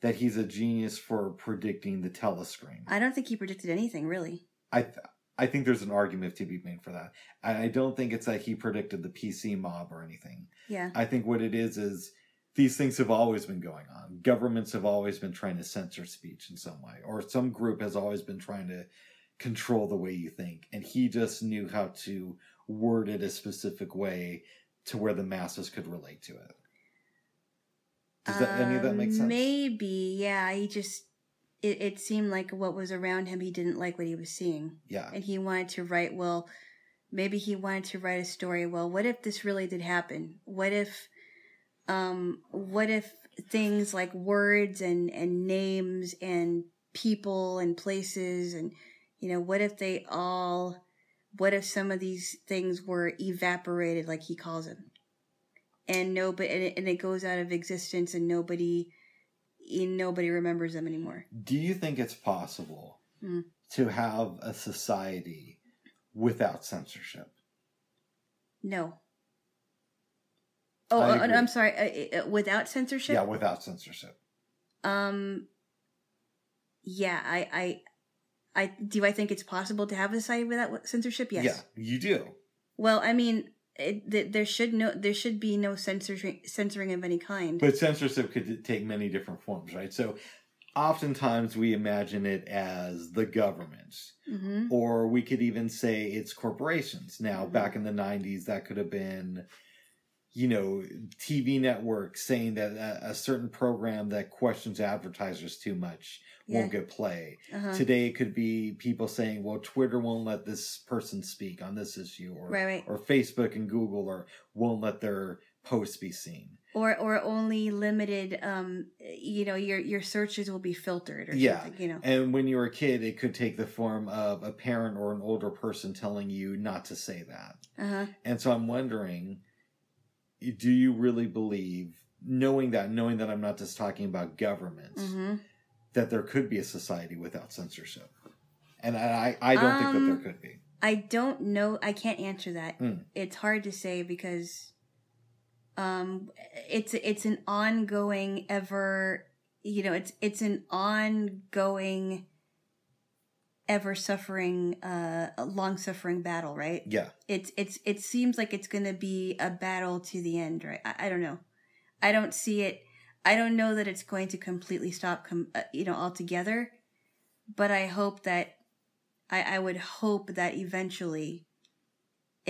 A: that he's a genius for predicting the telescreen.
B: I don't think he predicted anything really.
A: I th- I think there's an argument to be made for that. And I don't think it's like he predicted the PC mob or anything.
B: Yeah.
A: I think what it is is these things have always been going on. Governments have always been trying to censor speech in some way, or some group has always been trying to control the way you think. And he just knew how to worded a specific way to where the masses could relate to it. Does that, any of that
B: Um,
A: make sense?
B: Maybe, yeah. He just it, it seemed like what was around him. He didn't like what he was seeing,
A: Yeah.
B: and he wanted to write. Well, maybe he wanted to write a story. Well, what if this really did happen? What if, um, what if things like words and and names and people and places and you know what if they all what if some of these things were evaporated like he calls them and no but and it, and it goes out of existence and nobody y- nobody remembers them anymore
A: Do you think it's possible
B: Mm.
A: to have a society without censorship?
B: no oh,
A: I
B: oh, oh,
A: agree.
B: no, i'm sorry uh, uh, uh, without censorship
A: Yeah, without censorship.
B: um yeah i i i do i think it's possible to have a society without censorship yes
A: Yeah, you do.
B: well i mean it, th- there should no there should be no censorship censoring of any kind
A: But censorship could take many different forms, right? So oftentimes we imagine it as the government,
B: hmm
A: or we could even say it's corporations. Now,
B: Mhm.
A: back in the 90s, that could have been, you know, TV networks saying that a, a certain program that questions advertisers too much
B: yeah
A: won't get play.
B: uh-huh.
A: Today, it could be people saying, well, Twitter won't let this person speak on this issue, or,
B: right right
A: or Facebook and Google or won't let their posts be seen.
B: or or only limited um you know your your searches will be filtered or
A: Yeah.
B: something you know
A: And when you were a kid, it could take the form of a parent or an older person telling you not to say that.
B: uh-huh
A: And so I'm wondering do you really believe, knowing that, knowing that I'm not just talking about governments,
B: hmm
A: that there could be a society without censorship? And I, I I don't think that
B: Um,
A: there could be.
B: i don't know i can't answer that
A: Mm.
B: it's hard to say because um it's it's an ongoing ever you know it's it's an ongoing ever suffering uh long suffering battle right
A: Yeah.
B: it's it's it seems like it's going to be a battle to the end right I, I don't know i don't see it i don't know that it's going to completely stop com- uh, you know altogether but i hope that i i would hope that eventually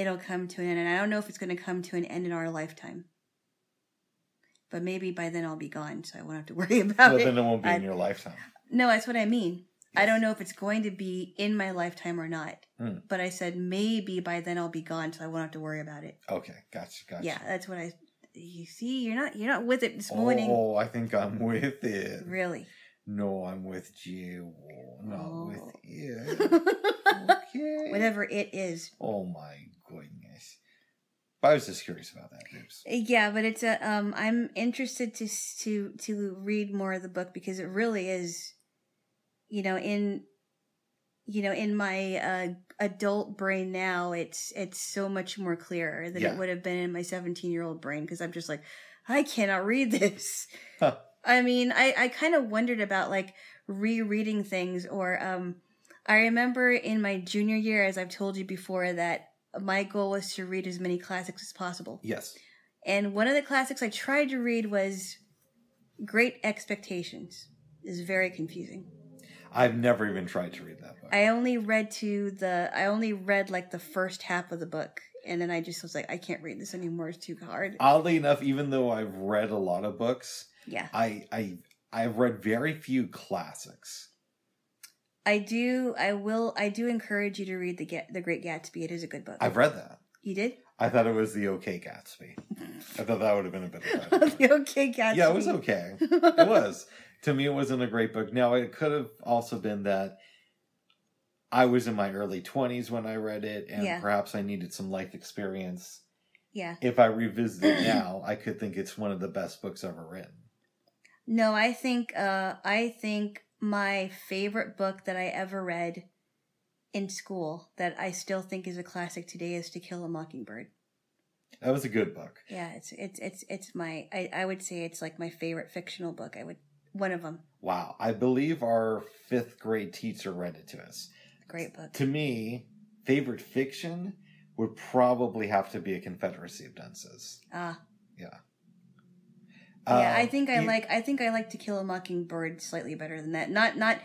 B: it'll come to an end and i don't know if it's going to come to an end in our lifetime but maybe by then i'll be gone so i won't have to worry about
A: But
B: it
A: then it won't be in
B: I-
A: your lifetime.
B: no, that's what I mean. I
A: Yes.
B: don't know if it's going to be in my lifetime or not.
A: Hmm.
B: But I said maybe by then I'll be gone, so I won't have to worry about it.
A: Okay. Gotcha. Gotcha.
B: Yeah, that's what I. You see, you're not you're not with it this morning,
A: Oh, I think I'm with it.
B: really.
A: No, I'm with you. Not with
B: Oh.
A: you. Okay.
B: Whatever it is.
A: Oh my goodness. But I was just curious about that, Boobs.
B: Uh, Yeah, but it's a. Um, I'm interested to s- to to read more of the book because it really is, you know, in, you know, in my uh, adult brain now, it's it's so much more clearer than
A: Yeah.
B: it would have been in my 17 year old brain because I'm just like, I cannot read this.
A: Huh.
B: I mean, I I kind of wondered about like rereading things or um, I remember in my junior year, as I've told you before, that my goal was to read as many classics as possible.
A: Yes.
B: And one of the classics I tried to read was Great Expectations. It's very confusing.
A: I've never even tried to read that book.
B: I only read to the I only read like the first half of the book and then I just was like I can't read this anymore. It's too hard.
A: Oddly enough, even though I've read a lot of books,
B: Yeah.
A: I I I've read very few classics.
B: I do I will I do encourage you to read the Ga- The Great Gatsby. It is a good book.
A: I've read that.
B: you did?
A: I thought it was the okay Gatsby. I thought that would have been a bit better.
B: okay, Gatsby.
A: Yeah, it was okay. It was. to me, it wasn't a great book. Now, it could have also been that I was in my early 20s when I read it, and
B: Yeah.
A: perhaps I needed some life experience.
B: yeah.
A: if I revisit it now, I could think it's one of the best books ever written.
B: No, I think uh I think my favorite book that I ever read in school that I still think is a classic today is To Kill a Mockingbird.
A: That was a good book.
B: Yeah, it's it's it's it's my I, I would say it's like my favorite fictional book. I would one of them.
A: Wow. I believe our fifth grade teacher read it to us.
B: Great book.
A: To me, favorite fiction would probably have to be A Confederacy of Dunces.
B: Ah.
A: Uh,
B: yeah, I think I
A: you-
B: like I think I like To Kill a Mockingbird slightly better than that. Not not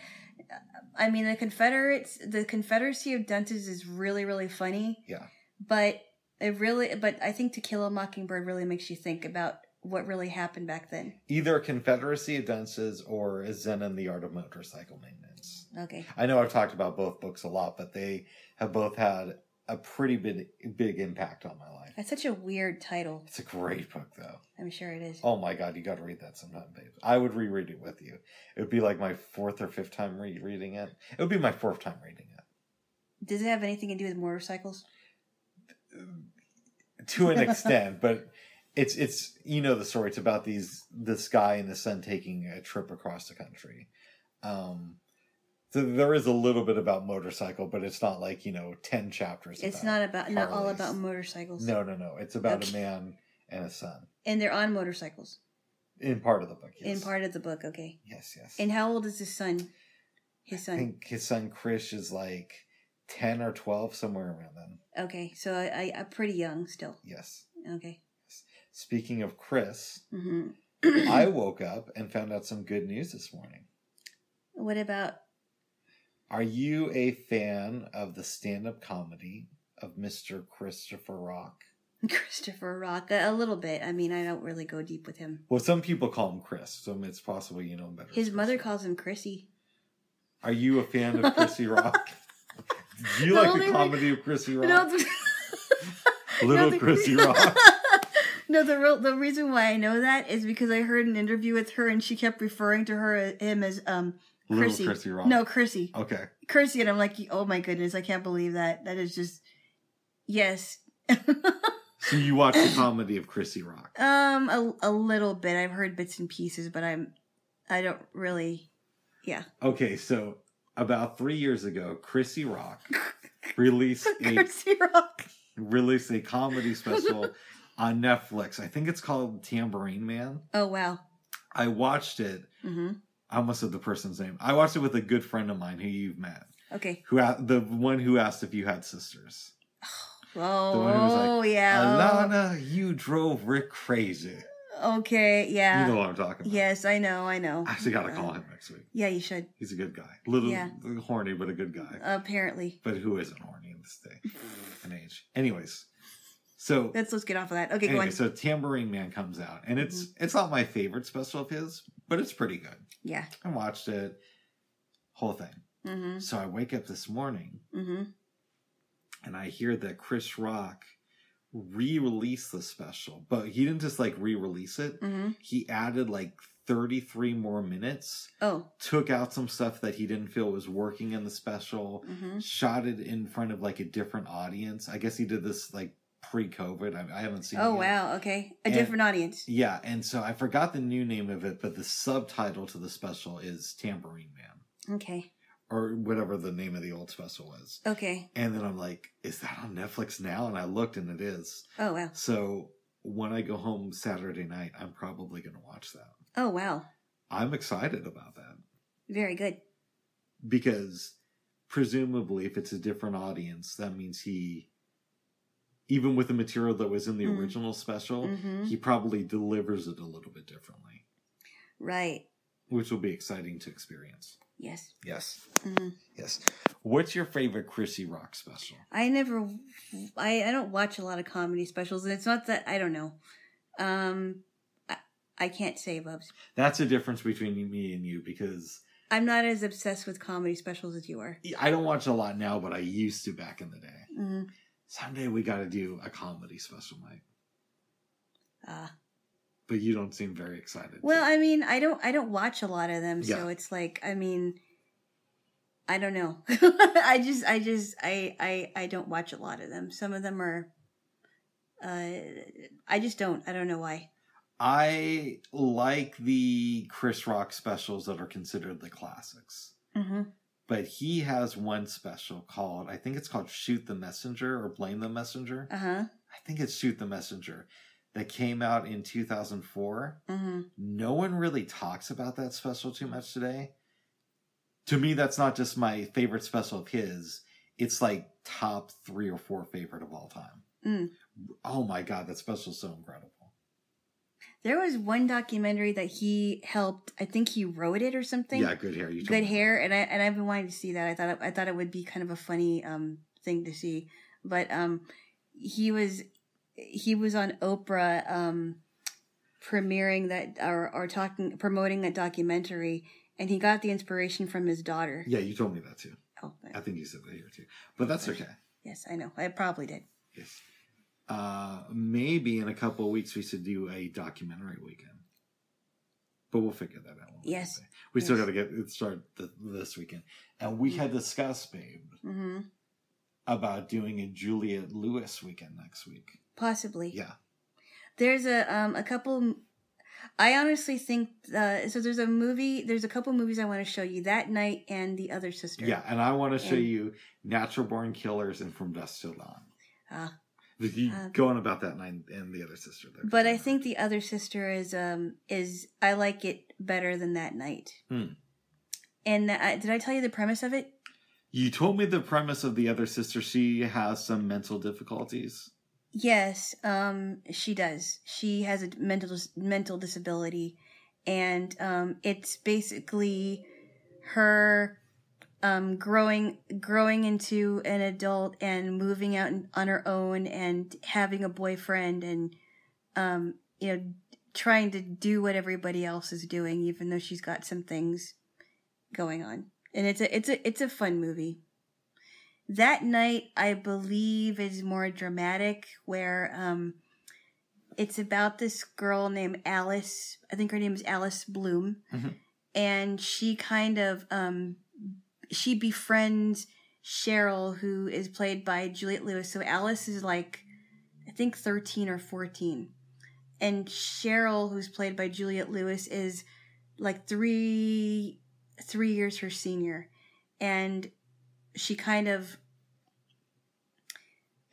B: I mean the Confederates the Confederacy of Dunces is really really funny.
A: Yeah.
B: but it really but i think to kill a mockingbird really makes you think about what really happened back then
A: Either Confederacy Advances or Zenon the Art of Motorcycle Maintenance.
B: okay
A: I know I've talked about both books a lot, but they have both had a pretty big, big impact on my life.
B: that's such a weird title
A: It's a great book, though.
B: i'm sure it is
A: Oh my god, you got to read that sometime, babe. I would reread it with you. It would be like my fourth or fifth time rereading it. It would be my fourth time reading
B: does it have anything to do with motorcycles
A: it to an extent, but it's it's you know the story. It's about these this guy and his son taking a trip across the country. Um, so there is a little bit about motorcycle, but it's not like you know ten chapters.
B: it's not about not all
A: Harleys.
B: about motorcycles
A: No, no, no. It's about
B: Okay.
A: a man and a son
B: and they're on motorcycles
A: in part of the book. Yes.
B: in part of the book okay
A: Yes, yes.
B: and how old is his son his
A: I
B: son
A: think his son Krish is like ten or twelve, somewhere around then.
B: okay so I, I i'm pretty young still
A: Yes.
B: okay
A: Speaking of Chris,
B: hmm
A: I woke up and found out some good news this morning.
B: what about
A: Are you a fan of the stand-up comedy of Mr. Christopher Rock?
B: Christopher Rock a, a little bit. I mean, I don't really go deep with him.
A: Well, some people call him Chris, so it's possible you know him better.
B: His
A: as
B: mother
A: Chris.
B: calls him Chrissy.
A: Are you a fan of Chrissy Rock? Do you
B: The
A: like
B: only
A: the
B: re-
A: comedy of Chrissy Rock?
B: No, the-
A: Little
B: the-
A: Chrissy Rock.
B: no, the real, the reason why I know that is because I heard an interview with her and she kept referring to her him as um
A: Little
B: Chrissy.
A: Chrissy Rock.
B: no Chrissy
A: Okay.
B: Chrissy and I'm like oh my goodness I can't believe that that is just yes
A: So you watch the comedy of Chrissy Rock.
B: um a, a little bit I've heard bits and pieces but I'm I don't really
A: Okay, so about three years ago, Chrissy Rock released a
B: Chrissy Rock
A: released a comedy special on Netflix. I think it's called Tambourine Man.
B: oh wow
A: I watched it.
B: hmm
A: I almost said the person's name. I watched it with a good friend of mine who you've met,
B: okay
A: who a- the one who asked if you had sisters.
B: oh,
A: one who was like,
B: oh yeah oh.
A: Alana, you drove Rick crazy.
B: Okay, yeah.
A: you know what I'm talking about.
B: yes, I know, I know. Uh,
A: I actually got to call him next week.
B: Yeah, you should.
A: He's a good guy. Little
B: Yeah.
A: horny, but a good guy.
B: Apparently.
A: but who isn't horny in this day and age? Anyways, so
B: Let's let's get off of that. Okay, go
A: anyway,
B: on.
A: so Tambourine Man comes out, and it's
B: Mm-hmm.
A: it's not my favorite special of his, but it's pretty good.
B: yeah.
A: I watched it, whole thing.
B: Mm-hmm.
A: So I wake up this morning
B: Mm-hmm.
A: and I hear that Chris Rock re-released the special, but he didn't just like re-release it.
B: Mm-hmm.
A: He added like 33 more minutes,
B: Oh.
A: took out some stuff that he didn't feel was working in the special,
B: Mm-hmm.
A: shot it in front of like a different audience. I guess he did this like pre-COVID. I, I haven't seen. it
B: Oh
A: yet.
B: wow, okay. A
A: And-
B: different audience.
A: Yeah, and so I forgot the new name of it, but the subtitle to the special is Tambourine Man
B: Okay.
A: or whatever the name of the old special was.
B: Okay.
A: And then I'm like, is that on Netflix now? And I looked, and it is.
B: Oh wow.
A: So when I go home Saturday night, I'm probably going to watch that.
B: Oh wow.
A: I'm excited about that
B: Very good.
A: because presumably, if it's a different audience, that means he, even with the material that was in the
B: Mm.
A: original special,
B: Mm-hmm.
A: he probably delivers it a little bit differently,
B: Right.
A: which will be exciting to experience.
B: Yes.
A: Yes,
B: Mm-hmm.
A: yes. What's your favorite Chrissy Rock special?
B: I never I, I don't watch a lot of comedy specials and it's not that I don't know. Um I, I can't say Bubs.
A: That's a difference between me and you because
B: I'm not as obsessed with comedy specials as you are.
A: I don't watch a lot now, but I used to back in the day.
B: Mm-hmm.
A: Someday we got to do a comedy special, Mike.
B: Uh
A: But you don't seem very excited.
B: Well, I mean, I don't I don't watch a lot of them, so
A: Yeah.
B: it's like I mean I don't know. I just I just I I I don't watch a lot of them. Some of them are uh I just don't. I don't know why.
A: I like the Chris Rock specials that are considered the classics.
B: Mm-hmm.
A: But he has one special called, I think it's called Shoot the Messenger or Blame the Messenger.
B: Uh-huh.
A: I think it's Shoot the Messenger that came out in 2004.
B: Mm-hmm.
A: No one really talks about that special too much today. To me, that's not just my favorite special of his, it's like top three or four favorite of all time.
B: Mm.
A: Oh my God, that special's so incredible.
B: There was one documentary that he helped. I think he wrote it or something.
A: yeah, good hair. You told
B: good
A: me.
B: hair and I and I've been wanting to see that. I thought it, I thought it would be kind of a funny um thing to see. But um he was he was on Oprah um premiering that or, or talking promoting that documentary and he got the inspiration from his daughter.
A: Yeah, you told me that too.
B: Oh,
A: I think you said that here too, but that's okay.
B: yes, I know. I probably did.
A: Yes. Uh, maybe in a couple of weeks we should do a documentary weekend, but we'll figure that out. when we
B: Yes.
A: get there. We still
B: Yes. Mm.
A: got to get it started th- this weekend, and we had discussed, babe,
B: hmm
A: about doing a Juliet Lewis weekend next week.
B: Possibly.
A: Yeah.
B: There's a um a couple. I honestly think uh, so. There's a movie. There's a couple movies I want to show you that night and the other sister.
A: Yeah, and I want to show
B: And-
A: you Natural Born Killers and From Dust Till Dawn.
B: Ah.
A: But you
B: Um,
A: go on about that and, I- and the other sister. There, 'cause
B: But I
A: know.
B: think the other sister is um is I like it better than that night.
A: Hmm.
B: And I, did I tell you the premise of it?
A: you told me the premise of the other sister. She has some mental difficulties.
B: Yes, um, she does. She has a mental mental disability, and um, it's basically her um, growing growing into an adult and moving out on her own and having a boyfriend and um, you know trying to do what everybody else is doing, even though she's got some things going on. And it's a it's a it's a fun movie. That night, I believe, is more dramatic, where um, it's about this girl named Alice. I think her name is Alice Bloom,
A: Mhm.
B: and she kind of um, she befriends Cheryl, who is played by Juliet Lewis. So Alice is like, I think, thirteen or fourteen, and Cheryl, who's played by Juliet Lewis, is like three three years her senior, and she kind of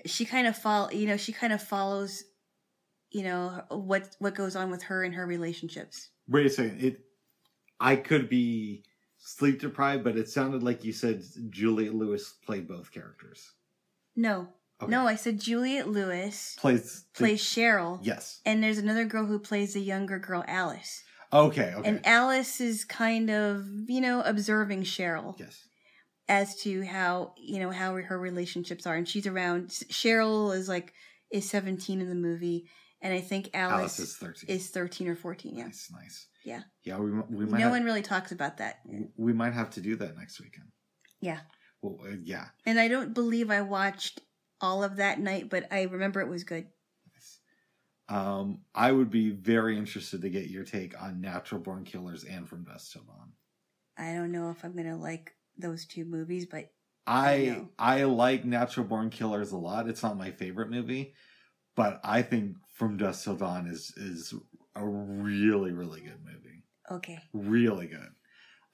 B: she kind of follow you know she kind of follows you know what what goes on with her and her relationships
A: Wait a second. It, I could be sleep deprived, but it sounded like you said Juliet Lewis played both characters.
B: no
A: Okay.
B: no i said juliet lewis
A: plays the-
B: plays cheryl
A: yes.
B: and there's another girl who plays the younger girl alice
A: Okay. Okay.
B: and alice is kind of you know observing cheryl
A: yes.
B: as to how you know how her relationships are and she's around cheryl is like is 17 in the movie and i think alice,
A: Alice, is thirteen.
B: is 13 or 14 yeah
A: Nice. Nice.
B: Yeah.
A: Yeah. We mi- we
B: no
A: might have,
B: one really talks about that
A: we might have to do that next weekend.
B: Yeah.
A: Well, uh, yeah.
B: And I don't believe I watched all of that night, but I remember it was good.
A: Um, I would be very interested to get your take on Natural Born Killers and From Dust Till Dawn.
B: I don't know if I'm gonna like those two movies, but
A: I
B: know.
A: I like Natural Born Killers a lot. It's not my favorite movie, but I think From Dust Till Dawn is is a really really good movie.
B: okay,
A: Really good.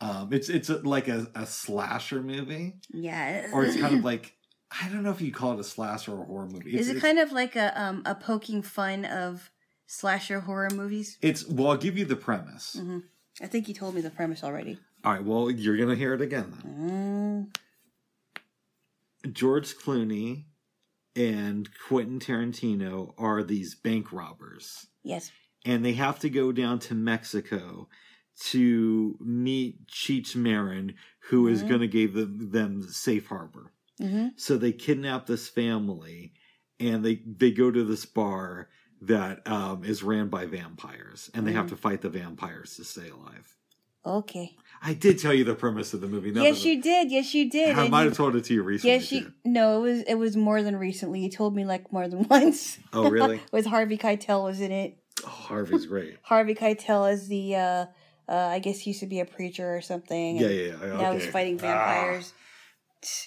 A: Um, it's it's a, like a, a slasher movie,
B: yeah.
A: or it's kind of like I don't know if you call it a slasher or a horror movie. It's,
B: is it
A: it's-
B: kind of like a um a poking fun of slasher horror movies?
A: It's well, I'll give you the premise.
B: Mm. I think you told me the premise already.
A: All right, well, you're gonna hear it again then.
B: Mm,
A: George Clooney and Quentin Tarantino are these bank robbers.
B: yes,
A: and they have to go down to Mexico to meet Cheech Marin, who is
B: Mhm.
A: going to give them, them safe harbor.
B: hmm
A: So they kidnap this family, and they they go to this bar that um, is ran by vampires, and they have
B: Mhm.
A: to fight the vampires to stay alive.
B: okay.
A: I did tell you the premise of the movie. now
B: yes,
A: that-
B: you did. Yes, you did.
A: I
B: and
A: might
B: you-
A: have told it to you recently.
B: yes, you.
A: too.
B: No, it was it was more than recently. You told me like more than once.
A: Oh, really?
B: With Harvey Keitel was in it.
A: Oh, Harvey's great.
B: Harvey Keitel is the uh, uh I guess he used to be a preacher or something.
A: Yeah, yeah,
B: and
A: yeah. Okay.
B: Now he's fighting
A: Ah.
B: vampires.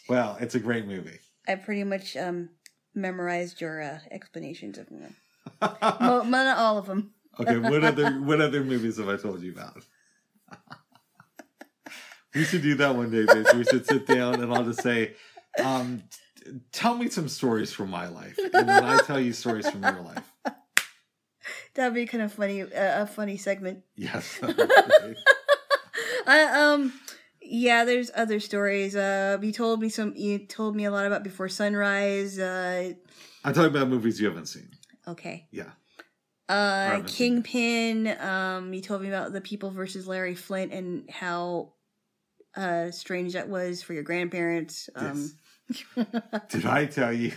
A: Well, it's a great movie.
B: I pretty much um memorized your uh, explanations of them.
A: Ah.
B: Mo- mo- not all of them.
A: Okay, what other what other movies have I told you about? we should do that one day, babe. We should sit down and I'll just say, um, t- tell me some stories from my life, and then I tell you stories from your life.
B: That'd be kind of funny. Uh, a funny segment.
A: Yes.
B: I, um, yeah. There's other stories. Uh, you told me some. You told me a lot about Before Sunrise. Uh,
A: I'm talking about movies you haven't seen.
B: okay.
A: Yeah.
B: Uh,
A: haven't seen it.
B: Kingpin. Um, you told me about the People versus Larry Flint and how uh Um, strange that was for your grandparents. Um,
A: Yes. Did I tell you?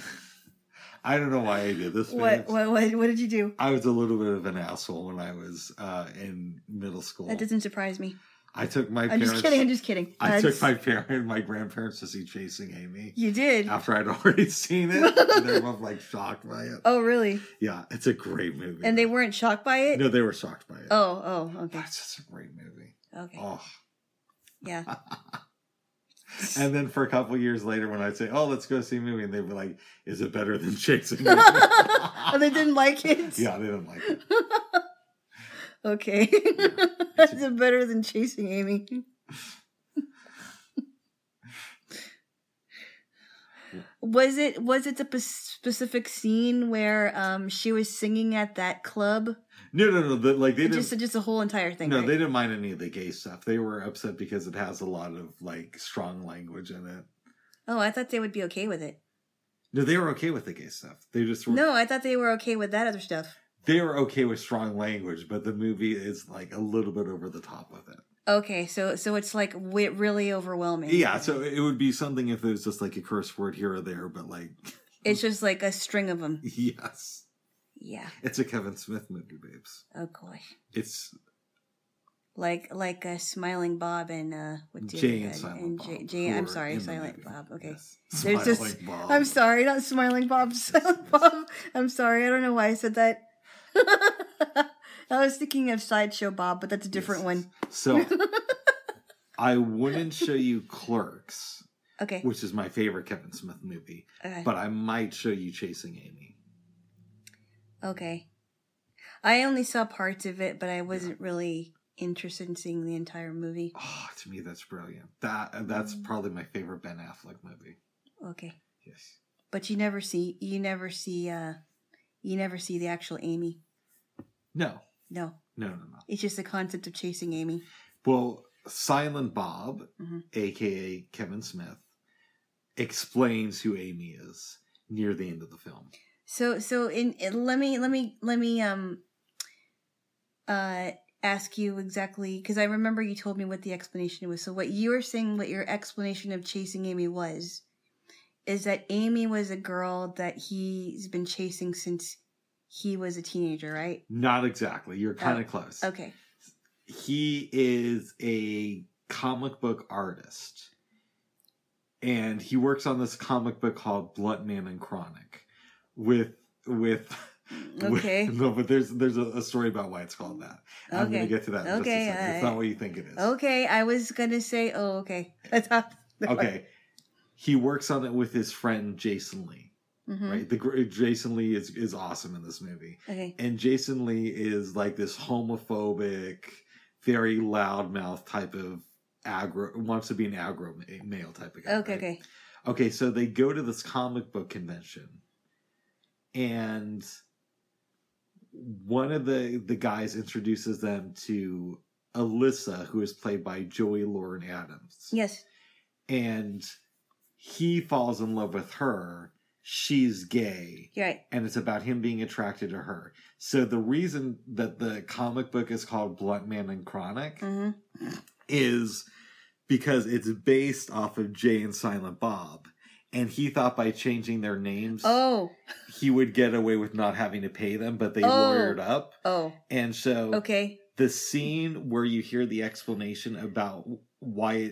A: I don't know why I did this.
B: What,
A: Babs.
B: what what what did you do?
A: I was a little bit of an asshole when I was uh, in middle school.
B: That doesn't surprise me.
A: I took my
B: I'm
A: parents.
B: just kidding. I'm just kidding.
A: I
B: Uh,
A: took my parent, my grandparents to see Chasing Amy
B: You did.
A: after I'd already seen it. and they were both like shocked by it.
B: Oh, really?
A: Yeah, it's a great movie.
B: And they weren't shocked by it.
A: no, they were shocked by it.
B: Oh, oh, okay,
A: that's such a great movie.
B: okay,
A: Oh.
B: yeah.
A: and then for a couple years later, when I'd say, "Oh, let's go see a movie," and they'd be like, "Is it better than Chasing Amy?"
B: oh, they didn't like it.
A: yeah, they didn't like it.
B: Okay. That's better than chasing Amy. was it was it the p- specific scene where um she was singing at that club?
A: No, no, no. The, like they didn't.
B: Just just the whole entire thing.
A: no,
B: right?
A: they didn't mind any of the gay stuff. They were upset because it has a lot of like strong language in it.
B: Oh, I thought they would be okay with it.
A: No, they were okay with the gay stuff. They just were,
B: No, I thought they were okay with that other stuff.
A: they were okay with strong language, but the movie is like a little bit over the top with it.
B: Okay, so so it's like wi- really overwhelming.
A: Yeah, so it would be something if there was just like a curse word here or there, but like
B: it's just like a string of them.
A: yes,
B: Yeah.
A: it's a Kevin Smith movie, babes.
B: Oh gosh.
A: It's
B: like like uh, smiling Bob and uh, what do
A: Jay
B: you,
A: and
B: uh,
A: Silent
B: and
A: Bob.
B: Jay,
A: who
B: Jay I'm
A: were in
B: sorry,
A: the
B: Silent
A: movie.
B: Bob. Okay,
A: Yes.
B: There's just-
A: Smiling Bob.
B: I'm sorry, not smiling Bob, Silent Bob. I'm sorry, I don't know why I said that. I was thinking of sideshow Bob, but that's a different
A: Yes.
B: one.
A: So I wouldn't show you Clerks,
B: Okay, uh,
A: which is my favorite Kevin Smith movie.
B: okay.
A: but I might show you Chasing Amy.
B: okay. I only saw parts of it, but I wasn't really interested in seeing the entire movie.
A: Oh, to me, that's brilliant. That uh, that's
B: Mm.
A: probably my favorite Ben Affleck movie.
B: Okay,
A: Yes,
B: but you never see you never see uh you never see the actual Amy.
A: no,
B: No,
A: no, no, no.
B: it's just the concept of chasing Amy.
A: Well, Silent Bob,
B: Mhm.
A: aka Kevin Smith, explains who Amy is near the end of the film.
B: So so in, in let me let me let me um uh ask you exactly because I remember you told me what the explanation was. So what you were saying what your explanation of chasing Amy was is that Amy was a girl that he's been chasing since he was a teenager, right?
A: Not exactly. You're kind of close.
B: Oh, Okay.
A: He is a comic book artist, and he works on this comic book called Blunt Man and Chronic, with with
B: Okay.
A: no, but there's there's a, a story about why it's called that. I'm gonna
B: Okay.
A: get to that. In
B: Okay,
A: just a second. It's
B: alright.
A: not what you think it is.
B: Okay, I was going to say oh okay. That's up.
A: Okay. He works on it with his friend Jason Lee.
B: Mhm.
A: Right. The gr- Jason Lee is is awesome in this movie,
B: Okay.
A: and Jason Lee is like this homophobic, very loudmouth type of aggro wants to be an aggro ma- male type of guy.
B: Okay,
A: right?
B: okay.
A: Okay, so they go to this comic book convention, and one of the the guys introduces them to Alyssa, who is played by Joey Lauren Adams,
B: Yes.
A: and he falls in love with her. She's gay,
B: You're right.
A: and it's about him being attracted to her. So the reason that the comic book is called Blunt Man and Chronic
B: Mhm.
A: is because it's based off of Jay and Silent Bob. And he thought by changing their names,
B: Oh.
A: he would get away with not having to pay them, but they
B: Oh.
A: lawyered up.
B: Oh.
A: And so
B: Okay.
A: the scene where you hear the explanation about why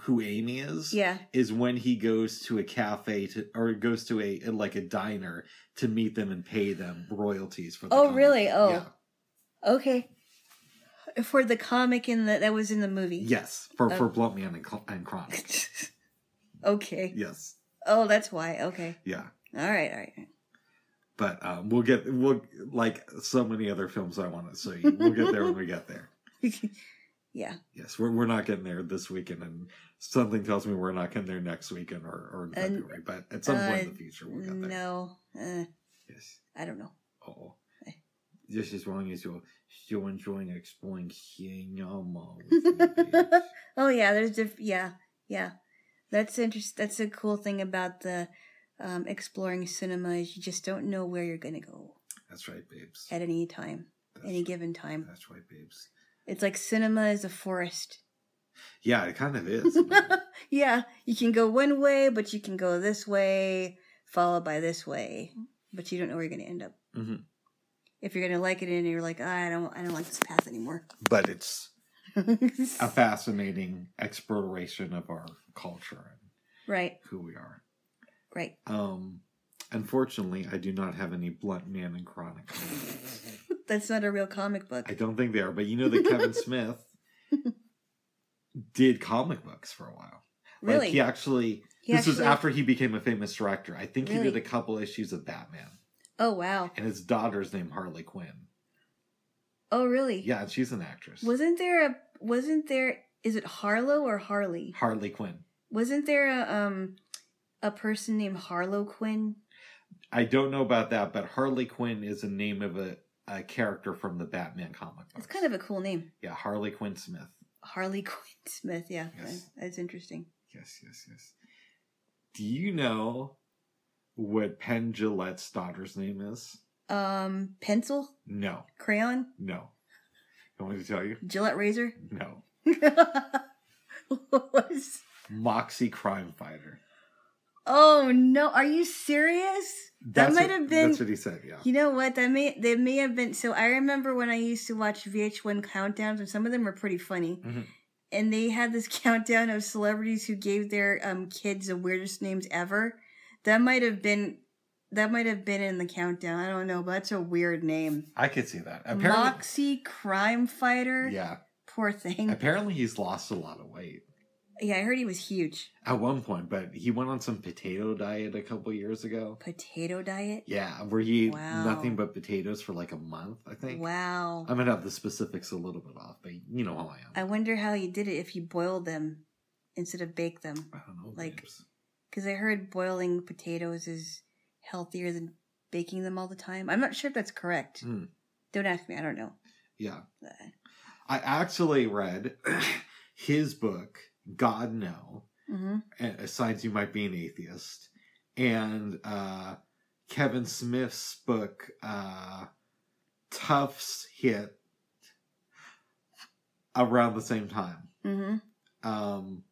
A: who Amy is
B: Yeah.
A: is when he goes to a cafe to, or goes to a like a diner to meet them and pay them royalties for the
B: Oh,
A: comic.
B: really? Oh.
A: Yeah.
B: Okay. For the comic in the that was in the movie.
A: yes for for
B: Oh.
A: Blunt Man and, Cl- and Chronic
B: okay.
A: yes
B: Oh, that's why. Okay.
A: yeah
B: All right. All right.
A: but um, we'll get we'll like so many other films I want to show you. We'll get there when we get there.
B: yeah.
A: Yes, we're we're not getting there this weekend, and something tells me we're not getting there next weekend or, or in
B: And-
A: February. But at some point in the
B: uh,
A: future, we'll get there.
B: No. Uh,
A: Yes.
B: I don't know.
A: Oh,
B: Okay.
A: this is wrong as well. Still enjoying exploring Xinyama. with you, babes.
B: Oh yeah. There's diff- yeah yeah. That's interest. That's a cool thing about the um, exploring cinema is you just don't know where you're gonna go
A: That's right, babes.
B: at any time,
A: That's,
B: any given time.
A: That's right, babes.
B: It's like cinema is a forest.
A: Yeah, it kind of is.
B: yeah, you can go one way, but you can go this way, followed by this way. but you don't know where you're going to end up.
A: Mhm.
B: If you're going to like it and you're like, "Ah, I don't, I don't like this path anymore.
A: But it's a fascinating exploration of our culture and
B: right,
A: who we are.
B: right.
A: Um, unfortunately, I do not have any Blunt Man and Chronic. comics.
B: That's not a real comic book.
A: I don't think they are, but you know that Kevin Smith did comic books for a while.
B: really?
A: Like he actually.
B: He
A: this was
B: actually-
A: after he became a famous director. I think he
B: Really?
A: did a couple issues of Batman,
B: Oh wow.
A: and his daughter's named Harley Quinn.
B: Oh really?
A: Yeah, and she's an actress.
B: Wasn't there a? Wasn't there? Is it Harlow or Harley?
A: Harley Quinn.
B: Wasn't there a um a person named Harlow Quinn?
A: I don't know about that, but Harley Quinn is a name of a, a character from the Batman comic books.
B: It's kind of a cool name,
A: yeah, Harley Quinn Smith.
B: Harley Quinn Smith. Yeah,
A: Yes.
B: that's interesting.
A: Yes, yes, yes. Do you know what Penn Gillette's daughter's name is?
B: Um, pencil,
A: No,
B: crayon,
A: no. You want me to tell you?
B: Gillette razor.
A: No.
B: What is-
A: Moxie Crime Fighter.
B: oh no! Are you serious? That
A: That's
B: might
A: what-
B: have been-
A: That's what he said. Yeah.
B: You know what? That may they may have been. So I remember when I used to watch VH1 countdowns, and some of them were pretty funny.
A: Mhm.
B: And they had this countdown of celebrities who gave their um, kids the weirdest names ever. That might have been. That might have been in the countdown. I don't know, but that's a weird name.
A: I could see that. Apparently,
B: Moxie crime fighter.
A: yeah.
B: Poor thing.
A: Apparently, he's lost a lot of weight
B: yeah, I heard he was huge.
A: at one point, but he went on some potato diet a couple years ago.
B: Potato diet.
A: Yeah, where he ate
B: Wow.
A: nothing but potatoes for like a month, I think.
B: Wow.
A: I'm gonna have the specifics a little bit off, but you know how I am.
B: I wonder how he did it if he boiled them instead of baked them.
A: I don't know.
B: like-
A: babes.
B: Because I heard boiling potatoes is healthier than baking them all the time. I'm not sure if that's correct.
A: Hmm.
B: Don't ask me. I don't know.
A: yeah,
B: Uh,
A: I actually read his book, God No,
B: mhm.
A: uh, Signs You Might Be an Atheist, and uh, Kevin Smith's book, uh, Tufts Hit, around the same time.
B: Mhm.
A: Um,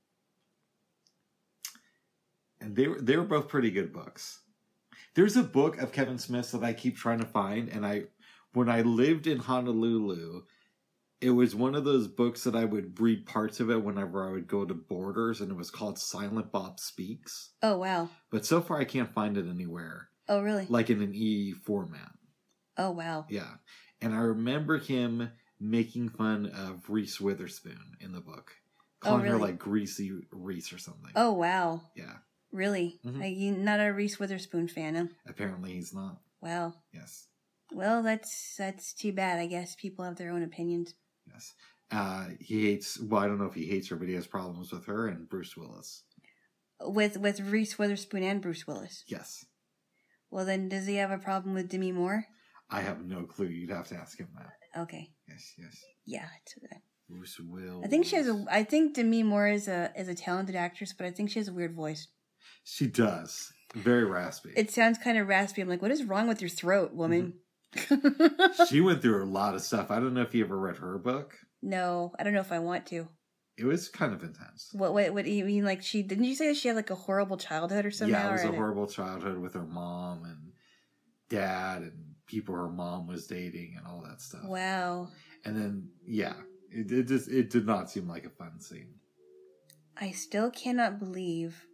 A: and they were they were both pretty good books. There's a book of Kevin Smith's that I keep trying to find, and I when I lived in Honolulu, it was one of those books that I would read parts of it whenever I would go to Borders, and it was called Silent Bob Speaks.
B: Oh wow.
A: But so far, I can't find it anywhere,
B: Oh really?
A: like in an e format.
B: Oh wow.
A: Yeah, and I remember him making fun of Reese Witherspoon in the book,
B: Oh,
A: calling her
B: really?
A: like greasy Reese or something.
B: Oh wow.
A: yeah.
B: Really?
A: Mhm.
B: I, you not a Reese Witherspoon fan. Huh?
A: Apparently, he's not.
B: Wow.
A: Yes,
B: Well, that's that's too bad. I guess people have their own opinions.
A: yes. Uh, he hates. Well, I don't know if he hates her, but he has problems with her and Bruce Willis.
B: With with Reese Witherspoon and Bruce Willis.
A: Yes,
B: Well, then does he have a problem with Demi Moore?
A: I have no clue. You'd have to ask him that.
B: Okay.
A: Yes, yes.
B: Yeah. It's okay.
A: Bruce Willis.
B: I think she has a. I think Demi Moore is a is a talented actress, but I think she has a weird voice.
A: She does. Very raspy.
B: It sounds kind of raspy. I'm like, what is wrong with your throat, woman?
A: she went through a lot of stuff. I don't know if you ever read her book.
B: no, I don't know if I want to.
A: It was kind of intense.
B: What? What? What do you mean? Like she? Didn't you say that she had like a horrible childhood or something?
A: yeah, it was
B: or
A: a
B: an-
A: horrible childhood with her mom and dad and people her mom was dating and all that stuff.
B: Wow,
A: And then yeah, it, it just it did not seem like a fun scene.
B: I still cannot believe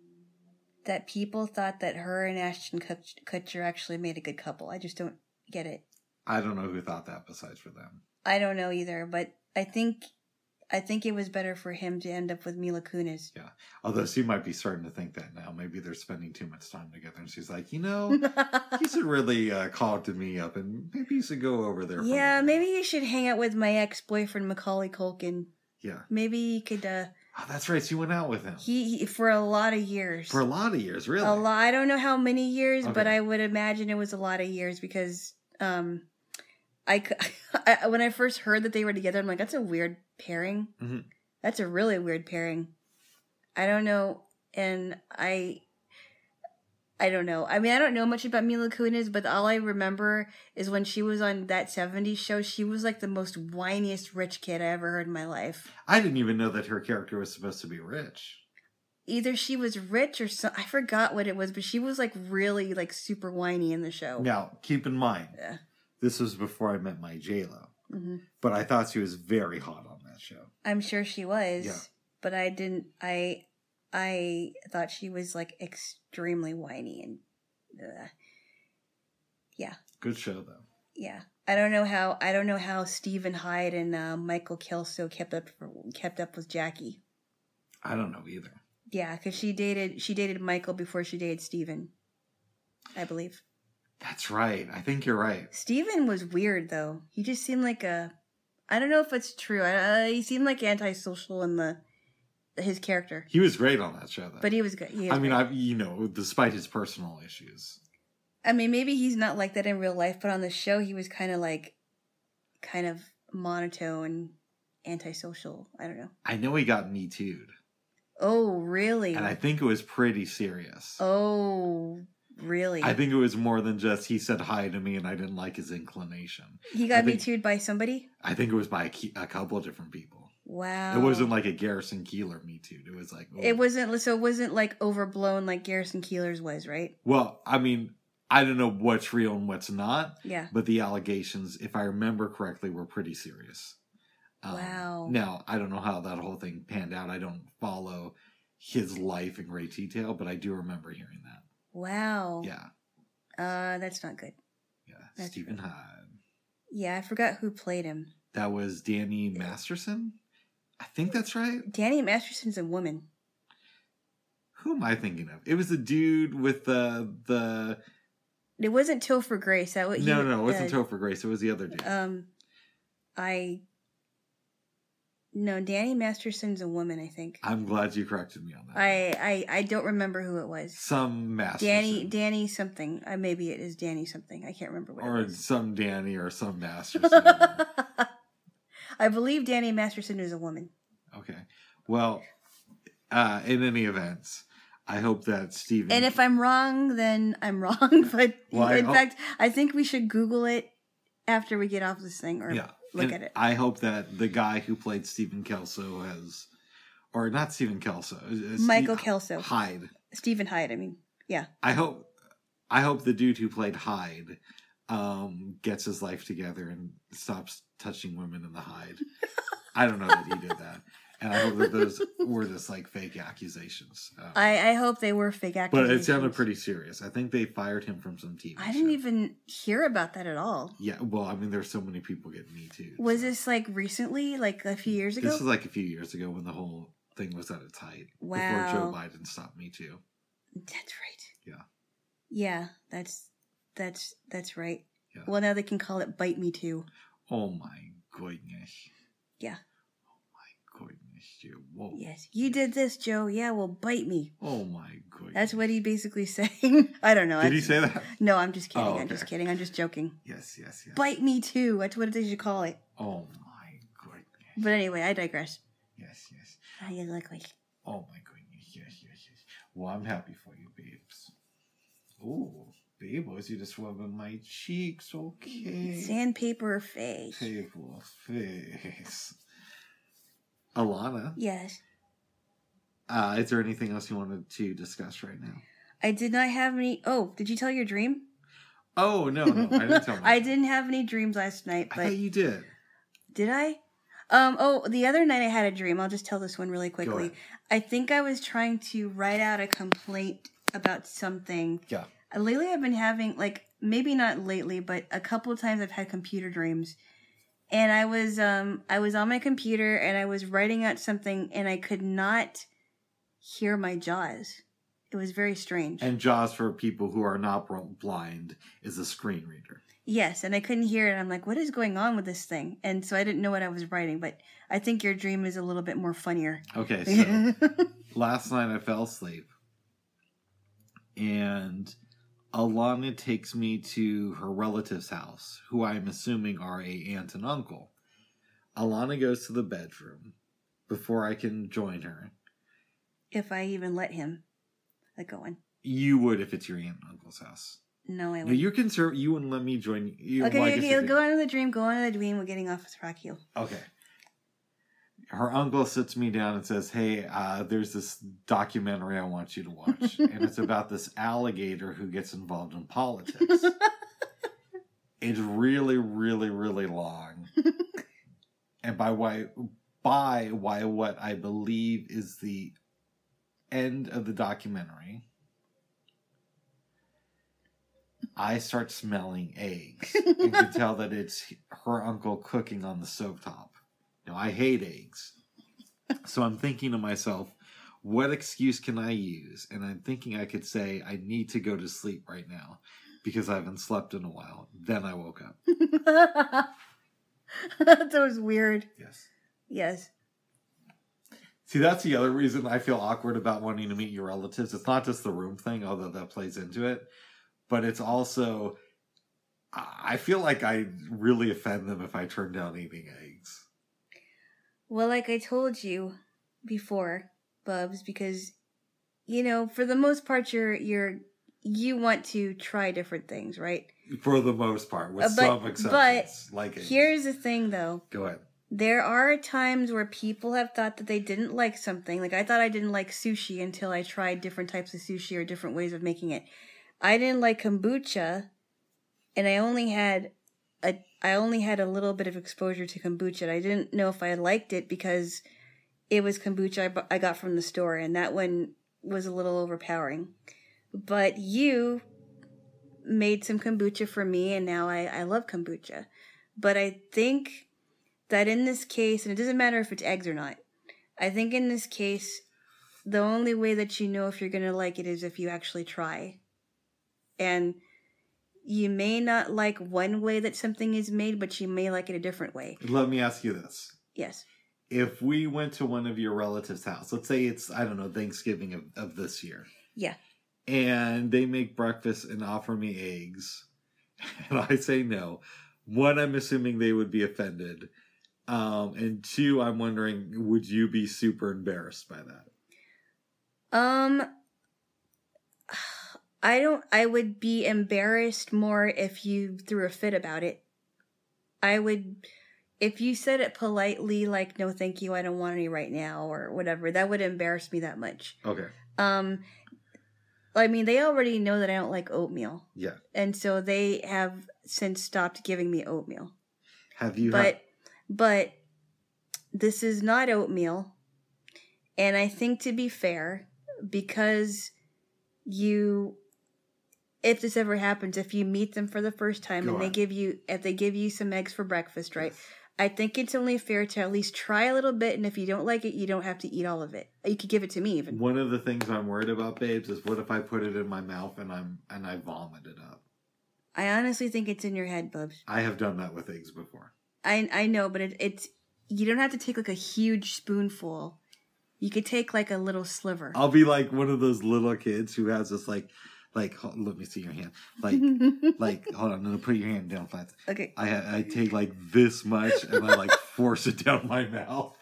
B: that people thought that her and Ashton Kut- Kutcher actually made a good couple. I just don't get it.
A: I don't know who thought that besides for them.
B: I don't know either, but I think, I think it was better for him to end up with Mila Kunis.
A: Although she might be starting to think that now. Maybe they're spending too much time together, and she's like, you know, he should really uh, call to me up, and maybe he should go over there. for a
B: yeah,
A: little
B: maybe you should hang out with my ex boyfriend Macaulay Culkin.
A: bit." Yeah,
B: Maybe you could. uh
A: oh, that's right. She went out with him
B: He, he for a lot of years.
A: for a lot of years, really.
B: A lot. I don't know how many years, but
A: Okay.
B: I would imagine it was a lot of years because um, I, cou- I when I first heard that they were together, I'm like, that's a weird pairing.
A: Mhm.
B: That's a really weird pairing. I don't know, and I. I don't know. I mean, I don't know much about Mila Kunis, but all I remember is when she was on that 70s show, she was like the most whiniest rich kid I ever heard in my life.
A: I didn't even know that her character was supposed to be rich.
B: either she was rich or so I forgot what it was, but she was like really like super whiny in the show.
A: Now, keep in mind,
B: Oh. Yeah.
A: this was before I met my J Lo,
B: hmm
A: but I thought she was very hot on that show.
B: I'm sure she was,
A: Yeah.
B: but I didn't. I I thought she was like extremely whiny and uh,
A: Good show though.
B: yeah. I don't know how I don't know how Stephen Hyde and uh, Michael Kelso kept up for, kept up with Jackie.
A: I don't know either.
B: Yeah, because she dated she dated Michael before she dated Stephen, I believe.
A: That's right. I think you're right.
B: Steven was weird though. He just seemed like a I don't know if it's true. I, I, he seemed like antisocial in the his character.
A: He was great on that show though.
B: But he was good. He
A: I mean,
B: I,
A: I you know, despite his personal issues.
B: I mean maybe he's not like that in real life, but on the show he was kind of like kind of monotone, antisocial. I don't know.
A: I know he got me too'd,
B: Oh, really?
A: and I think it was pretty serious.
B: oh, really?
A: I think it was more than just he said hi to me and I didn't like his inclination.
B: he got
A: I
B: me
A: think-
B: too'd by somebody?
A: I think it was by a, key, a couple of different people.
B: Wow.
A: It wasn't like a Garrison Keeler me too. It was like
B: Oh. it wasn't so it wasn't like overblown like Garrison Keeler's was, right?
A: Well, I mean, I don't know what's real and what's not,
B: Yeah.
A: but the allegations, if I remember correctly, were pretty serious. Um,
B: Wow.
A: Now, I don't know how that whole thing panned out. I don't follow his life in great detail, but I do remember hearing that.
B: Wow.
A: Yeah.
B: Uh that's not good.
A: Yeah.
B: That's
A: Stephen
B: right.
A: Hyde.
B: Yeah, I forgot who played him.
A: That was Danny Masterson. I think that's right.
B: Danny Masterson's a woman.
A: Who am I thinking of? It was the dude with the the
B: It wasn't Topher Grace. That was,
A: no no it wasn't
B: uh,
A: Topher Grace. It was the other dude.
B: Um, I no Danny Masterson's a woman. I think
A: I'm glad you corrected me on that.
B: I I, I don't remember who it was.
A: some Masterson.
B: Danny Danny something. Uh, maybe it is Danny something. I can't remember what it
A: or
B: was.
A: some Danny or some Masterson.
B: I believe Danny Masterson is a woman.
A: okay. Well, uh, in any events, I hope that Steven.
B: And if I'm wrong, then I'm wrong. But
A: Well, I
B: in
A: hope-
B: fact, I think we should Google it after we get off this thing or
A: yeah,
B: look
A: and
B: at it.
A: I hope that the guy who played Stephen Kelso has, or not Stephen Kelso, uh, Steve-
B: Michael Kelso.
A: Hyde.
B: Stephen Hyde, I mean.
A: I hope, I hope the dude who played Hyde, um, gets his life together and stops touching women in the hide. I don't know that he did that, and I hope that those were just like fake accusations. Um,
B: I, I hope they were fake actors.
A: But it sounded pretty serious. I think they fired him from some TV.
B: I didn't
A: show.
B: even hear about that at all.
A: Yeah, well, I mean, there's so many people getting me too.
B: Was
A: so.
B: this like recently, like a few years ago?
A: This was like a few years ago when the whole thing was at its height.
B: Wow.
A: Before Joe Biden stopped me too.
B: that's right.
A: Yeah.
B: Yeah, that's that's that's right.
A: Yeah.
B: Well, now they can call it "bite me too."
A: Oh my goodness.
B: Yeah.
A: Oh my goodness, you. Whoa.
B: Yes, you did this, Joe. Yeah, well, bite me.
A: Oh my goodness.
B: That's what he basically saying. I don't know.
A: Did he
B: That's-
A: say that?
B: No, I'm just kidding.
A: Oh,
B: I'm
A: okay.
B: just kidding. I'm just joking.
A: Yes, yes, yes.
B: Bite me too. That's what they should call it.
A: Oh my goodness.
B: But anyway, I digress.
A: Yes, yes.
B: How you look like?
A: Oh my goodness. Yes, yes, yes. Well, I'm happy for you, babes. Oh, babes, you just rubbing my cheeks. Okay.
B: Sandpaper face.
A: Table face. Alana,
B: Yes.
A: uh, is there anything else you wanted to discuss right now?
B: I did not have any. Oh, did you tell your dream?
A: Oh no, no, I didn't tell.
B: I didn't have any dreams last night,
A: I
B: but
A: thought you did.
B: did I? Um. Oh, the other night I had a dream. I'll just tell this one really
A: Go
B: quickly.
A: ahead.
B: I think I was trying to write out a complaint about something.
A: Yeah.
B: Uh, Lately, I've been having like maybe not lately, but a couple of times I've had computer dreams, and I was um I was on my computer and I was writing out something and I could not hear my jaws. It was very strange.
A: And Jaws for people who are not bl- blind is a screen reader.
B: Yes, and I couldn't hear it. I'm like, what is going on with this thing? And so I didn't know what I was writing, but I think your dream is a little bit more funnier.
A: Okay, so last night I fell asleep, and Alana takes me to her relative's house, who I'm assuming are a aunt and uncle. Alana goes to the bedroom before I can join her.
B: if I even let him. Like, go on.
A: You would if it's your aunt and uncle's house.
B: No, I
A: No,
B: wouldn't.
A: you can serve. You wouldn't let me join. You,
B: okay,
A: well, I guess
B: okay,
A: you
B: okay,
A: did.
B: go on to the dream. Go on to the dream. We're getting off the track here.
A: Okay. her uncle sits me down and says, "Hey, uh, there's this documentary I want you to watch, and it's about this alligator who gets involved in politics. it's really, really, really long, and by why, by why, what I believe is the end of the documentary." I start smelling eggs. You can tell that it's her uncle cooking on the stovetop. Now, I hate eggs. So I'm thinking to myself, what excuse can I use? And I'm thinking I could say, I need to go to sleep right now because I haven't slept in a while. Then I woke up.
B: that was weird.
A: Yes.
B: Yes.
A: See, that's the other reason I feel awkward about wanting to meet your relatives. It's not just the room thing, although that plays into it, but it's also, I I feel like I really offend them if I turn down eating eggs.
B: Well, like I told you before, Bubs, because you know, for the most part, you're you're you want to try different things, right?
A: For the most part, with
B: Uh, but-
A: some
B: but
A: exceptions. like eggs.
B: Here's the thing, though.
A: Go ahead.
B: There are times where people have thought that they didn't like something. Like I thought I didn't like sushi until I tried different types of sushi or different ways of making it. I didn't like kombucha and I only had a I only had a little bit of exposure to kombucha. And I didn't know if I liked it because it was kombucha I, bu- I got from the store and that one was a little overpowering. But you made some kombucha for me and now I, I love kombucha. But I think that in this case, and it doesn't matter if it's eggs or not, I think in this case, the only way that you know if you're going to like it is if you actually try. And you may not like one way that something is made, but you may like it a different way.
A: Let me ask you this.
B: Yes.
A: If we went to one of your relatives' house, let's say it's, I don't know, Thanksgiving of, of this year.
B: Yeah.
A: And they make breakfast and offer me eggs, and I say no. One, I'm assuming they would be offended. Um, and two, I'm wondering, would you be super embarrassed by that?
B: Um, I don't. I would be embarrassed more if you threw a fit about it. I would, if you said it politely, like "No, thank you, I don't want any right now" or whatever. That would embarrass me that much.
A: Okay.
B: Um, I mean, they already know that I don't like oatmeal,
A: Yeah.
B: and so they have since stopped giving me oatmeal.
A: Have you?
B: But, but this is not oatmeal. And I think to be fair, because you, if this ever happens, if you meet them for the first time
A: Go
B: and they
A: on.
B: give you, if they give you some eggs for breakfast,
A: ha-
B: right? I think it's only fair to at least try a little bit. And if you don't like it, you don't have to eat all of it. You could give it to me even.
A: One of the things I'm worried about, babes, is what if I put it in my mouth and I'm and I vomit it up.
B: I honestly think it's in your head, Bubs.
A: I have done that with eggs before.
B: I I know, but it, it's you don't have to take like a huge spoonful. You could take like a little sliver.
A: I'll be like one of those little kids who has this like, like ho- let me see your hand, like like hold on, no, put your hand down flat.
B: okay,
A: I ha- I take like this much and I like force it down my mouth.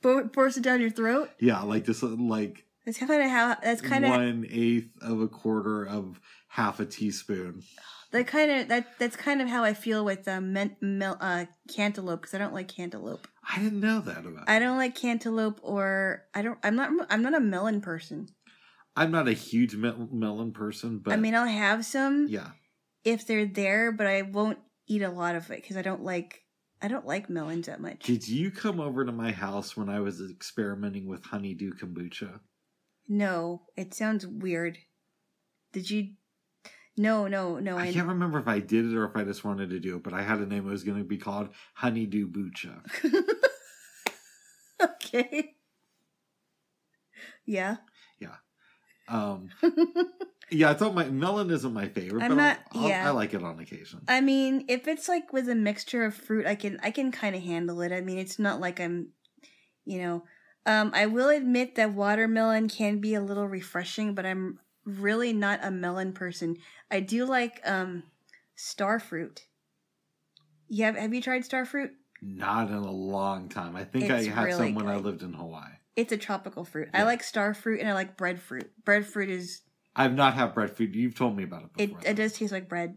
B: Pour- force it down your throat.
A: Yeah, like this uh, like
B: That's kind of how. That's kind of
A: one eighth of a quarter of half a teaspoon.
B: that kind of that. That's kind of how I feel with um, men, mel, uh, cantaloupe because I don't like cantaloupe.
A: I didn't know that about.
B: I don't like cantaloupe or I don't. I'm not. I'm not a melon person.
A: I'm not a huge mel- melon person, but
B: I mean, I'll have some
A: yeah,
B: if they're there, but I won't eat a lot of it because I don't like. I don't like melons that much.
A: did you come over to my house when I was experimenting with honeydew kombucha?
B: No, it sounds weird. Did you? No, no, no.
A: I
B: I,
A: can't remember if I did it or if I just wanted to do it, but I had a name. It was going to be called Honeydew Bucha.
B: okay. Yeah.
A: Um, yeah, I thought my melon isn't my favorite,
B: I'm
A: but
B: not-
A: I'll, I'll-
B: yeah.
A: I like it on occasion.
B: I mean, if it's like with a mixture of fruit, I can I can kind of handle it. I mean, it's not like I'm, you know, um, I will admit that watermelon can be a little refreshing, but I'm really not a melon person. I do like um, star fruit. You have have you tried star fruit?
A: not in a long time. I think
B: It's
A: I had
B: really
A: some when I
B: good.
A: lived in Hawaii.
B: It's a tropical fruit. I
A: Yeah.
B: like star fruit and I like breadfruit. Breadfruit is
A: I've not had breadfruit. You've told me about it
B: it,
A: before.
B: it does taste like bread.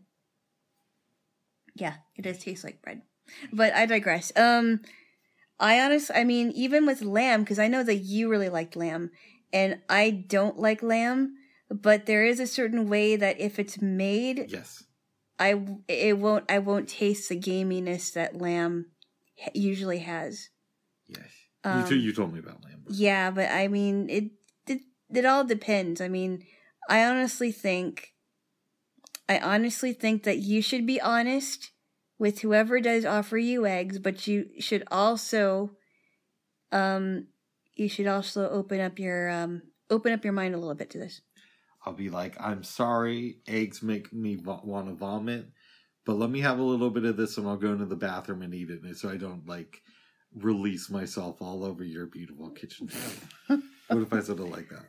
B: Yeah, it does taste like bread. But I digress. Um I honestly, I mean, even with lamb, because I know that you really liked lamb, and I don't like lamb, but there is a certain way that if it's made,
A: Yes.
B: I w- it won't I won't taste the gaminess that lamb h- usually has.
A: Yes. you,
B: Um,
A: t- you told me about lamb.
B: Yeah, but I mean, it, it it all depends. I mean, I honestly think, I honestly think that you should be honest with whoever does offer you eggs, but you should also, um, you should also open up your um open up your mind a little bit to this.
A: I'll be like, I'm sorry, eggs make me vo- want to vomit, but let me have a little bit of this and I'll go into the bathroom and eat it so I don't like release myself all over your beautiful kitchen table. what if I said it like that?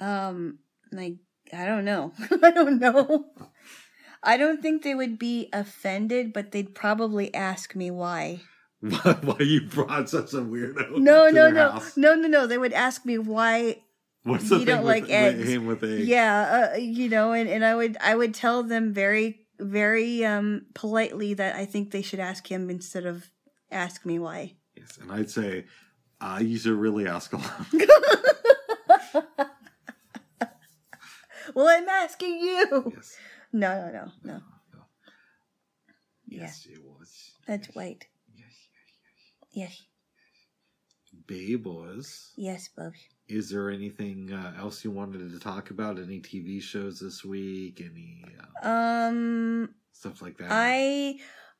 B: Um, like I don't know, I don't know. I don't think they would be offended, but they'd probably ask me why.
A: Why, why you brought such a weirdo?
B: No,
A: to
B: no,
A: their
B: no,
A: house?
B: no, no, no. They would ask me why.
A: What's the
B: You
A: thing
B: don't
A: with,
B: like eggs.
A: with him with eggs?
B: Yeah, uh, you know, and, and I would I would tell them very very um politely that I think they should ask him instead of ask me why.
A: Yes, and I'd say, I uh, you should really ask a lot.
B: well, I'm asking you.
A: yes.
B: No, no, no, no.
A: Yes, it was.
B: That's
A: yes.
B: white.
A: Yes, yes,
B: Yes,
A: yes. Babe was.
B: yes, Bobby.
A: Is there anything uh, else you wanted to talk about? Any TV shows this week? Any uh,
B: Um,
A: stuff like that?
B: I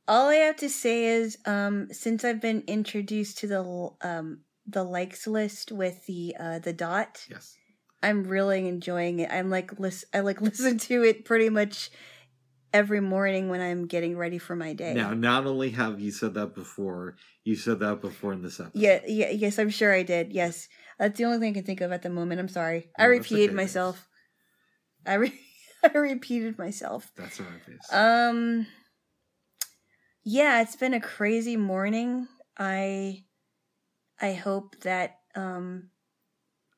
B: all I have to say is um since I've been introduced to the um the likes list with the uh the dot,
A: yes.
B: I'm really enjoying it. I'm like listen I like listen to it pretty much every morning when I'm getting ready for my day.
A: Now, not only have you said that before, you said that before in this episode.
B: Yeah, yeah, yes, I'm sure I did. Yes. That's the only thing I can think of at the moment. I'm sorry. I
A: No, that's
B: repeated
A: okay,
B: myself. I re- I repeated myself.
A: That's our face.
B: Um Yeah, it's been a crazy morning. I I hope that um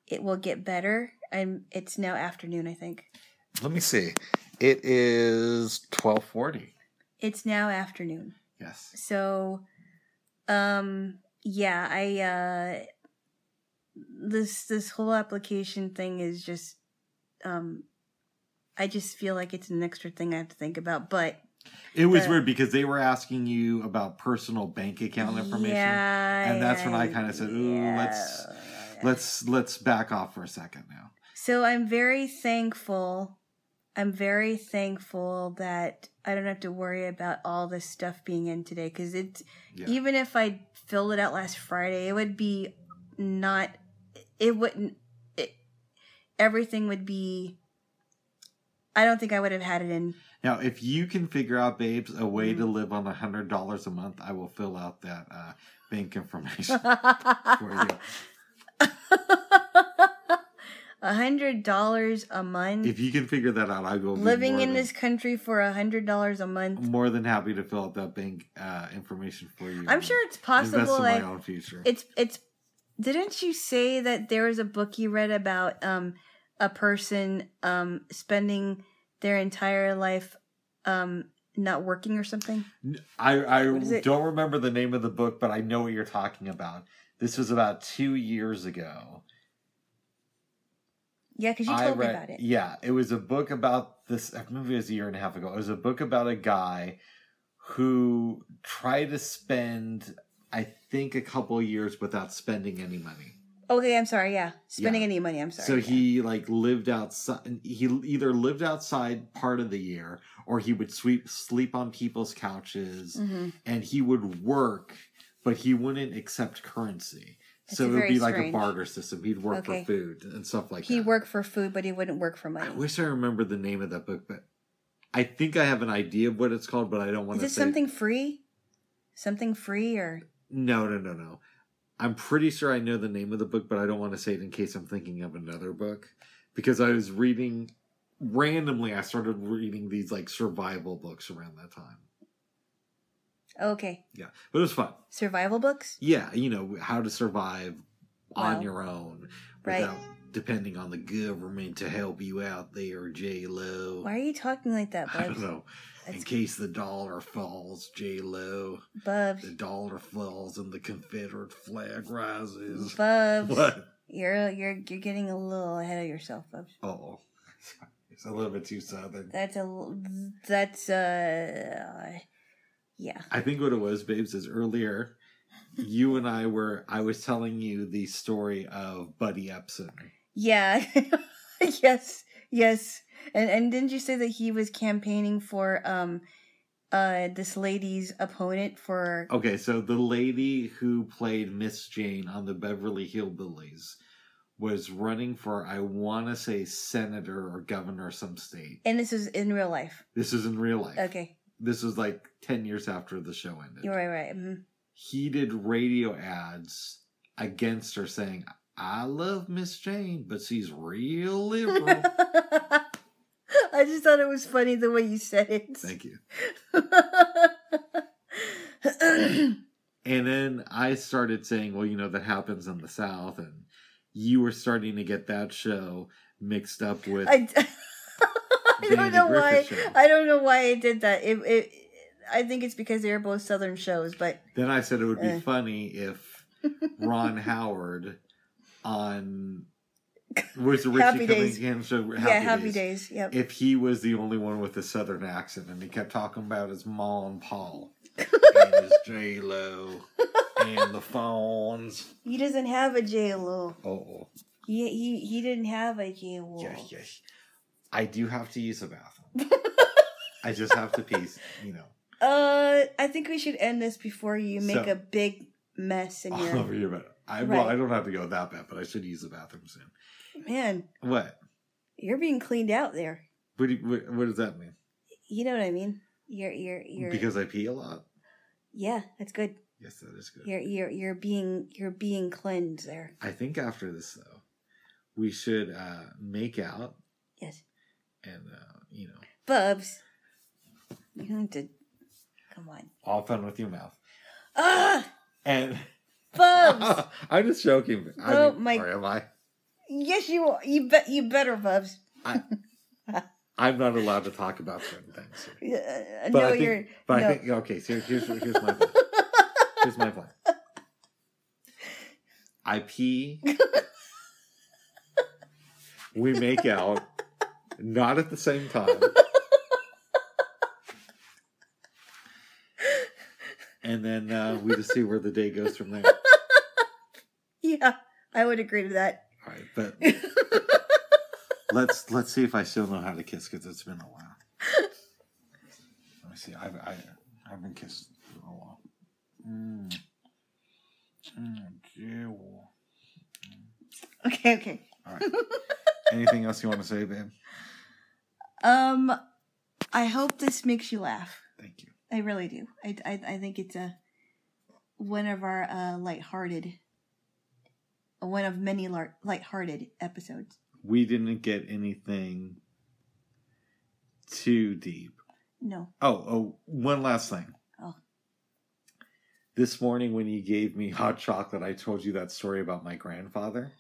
B: it will get better. I'm it's now afternoon, I think.
A: Let me see. It is twelve forty.
B: It's now afternoon.
A: Yes.
B: So um yeah, I uh this this whole application thing is just um I just feel like it's an extra thing I have to think about, but
A: It was
B: The-
A: weird because they were asking you about personal bank account information.
B: Yeah,
A: and that's when I kinda said, "Ooh, let's-
B: yeah.
A: Let's let's back off for a second now.
B: So I'm very thankful. I'm very thankful that I don't have to worry about all this stuff being in today because it.
A: Yeah.
B: Even if I filled it out last Friday, it would be not. It wouldn't. It, everything would be. I don't think I would have had it in.
A: Now, if you can figure out, babes, a way
B: Mm.
A: to live on hundred dollars a month, I will fill out that uh, bank information for you.
B: A hundred dollars a month.
A: If you can figure that out, I will. be
B: Living
A: more
B: in
A: than-
B: this country for a hundred dollars a month.
A: more than happy to fill out that bank uh, information for you.
B: I'm sure it's
A: and Invest
B: possible.
A: in
B: Like
A: my own future.
B: it's it's. Didn't you say that there was a book you read about um a person um spending their entire life um not working or something?
A: I I
B: What is it?
A: don't remember the name of the book, but I know what you're talking about. This was about two years ago.
B: Yeah, because you
A: I
B: told
A: read-
B: me about it.
A: Yeah, it was a book about this. I remember it was a year and a half ago. It was a book about a guy who tried to spend, I think, a couple years without spending any money.
B: Okay, I'm sorry. Yeah, spending
A: Yeah.
B: any money. I'm sorry.
A: so
B: yeah.
A: he like lived outside. He either lived outside part of the year, or he would sweep sleep on people's couches,
B: Mhm.
A: and he would work, but he wouldn't accept currency.
B: That's
A: so it would
B: very
A: be like
B: strange.
A: a barter system. He'd work
B: Okay.
A: for food and stuff like
B: he
A: that.
B: worked for food, but he wouldn't work for
A: I
B: money.
A: wish I remembered the name of that book, but I think I have an idea of what it's called, but I don't want
B: Is
A: to
B: it
A: say
B: something free? Something free or
A: No, no, no, no. I'm pretty sure I know the name of the book, but I don't want to say it in case I'm thinking of another book because I was reading randomly. I started reading these like survival books around that time,
B: okay
A: but it was fun.
B: survival books?
A: Yeah, you know how to survive
B: Wow.
A: on your own
B: Right.
A: without depending on the government to help you out there, J Lo.
B: Why are you talking like that,
A: I don't
B: Bubs?
A: know. In
B: That's-
A: case the dollar falls, J Lo. The
B: Bubs,
A: dollar falls and the Confederate flag rises.
B: Bubs,
A: What?
B: you're you're you're getting a little ahead of yourself, Bubs.
A: Oh, it's a little bit too southern.
B: That's a l- that's uh, yeah.
A: I think what it was, babes, is earlier you and I were I was telling you the story of Buddy Epson.
B: Yeah. yes. Yes. And and didn't you say that he was campaigning for um uh this lady's opponent for
A: Okay, so the lady who played Miss Jane on the Beverly Hillbillies was running for I want to say senator or governor of some state.
B: and this is in real life.
A: This is in real life.
B: Okay.
A: This was like 10 years after the show ended.
B: You're right, right. mhm.
A: He did radio ads against her saying, "I love Miss Jane, but she's real liberal."
B: Mm-hmm. I just thought it was funny the way you said it.
A: Thank you.
B: you.
A: And then I started saying, well, you know, that happens in the South. And you were starting to get that show mixed up with.
B: I, I
A: Danny
B: don't know why.
A: E. Griffith show.
B: I don't know why I did that. It, it, I think it's because they're both Southern shows, but
A: then I said it would be
B: Eh.
A: funny if Ron Howard on. Was the Richie
B: Happy Days.
A: Cunningham show?
B: yeah, Happy Days. Yep.
A: If he was the only one with a Southern accent and he kept talking about his Ma and Paul and his J Lo and the Fawns.
B: He doesn't have a J Lo.
A: Oh,
B: He he he didn't have a J Lo.
A: Yeah, yeah. I do have to use the bathroom. I just have to pee, you know,
B: Uh, I think we should end this before you make
A: So-
B: a big mess in
A: all
B: your
A: over your bed. I well,
B: Right.
A: I don't have to go that bad, but I should use the bathroom soon.
B: man.
A: What?
B: You're being cleaned out there.
A: What, do you, what, what does that mean?
B: You know what I mean? You're you're you're
A: Because I pee a lot.
B: yeah, that's good.
A: Yes, that is good.
B: You're you're you're being you're being cleansed there.
A: I think after this though, we should uh, make out
B: Yes,
A: and uh, you know,
B: Bubs. You don't have to. Come on.
A: all fun with your mouth.
B: Ah,
A: And
B: Bubs.
A: I'm just joking. but I
B: Oh,
A: mean,
B: my-
A: Or am I?
B: yes, you are. You bet. You better, Bubs.
A: I'm not allowed to talk about certain things. here.
B: Uh,
A: But I
B: no,
A: think-
B: you're.
A: But
B: no.
A: I think okay. So here's here's my plan. Here's my plan. I pee. we make out, not at the same time. And then uh, we just see where the day goes from there. All
B: yeah, I would agree to that.
A: right, but let's let's see if I still know how to kiss because it's been a while. Let me see. I've I, I've been kissed for a while. Mm. Mm, Jewel.
B: okay, okay.
A: All right. Anything else you want to say, babe?
B: Um, I hope this makes you laugh.
A: Thank you.
B: I really do. I, I, I think it's a one of our uh, lighthearted, one of many lar- lighthearted episodes.
A: We didn't get anything too deep.
B: No,
A: Oh, oh, one last thing.
B: Oh.
A: This morning when you gave me hot chocolate, I told you that story about my grandfather.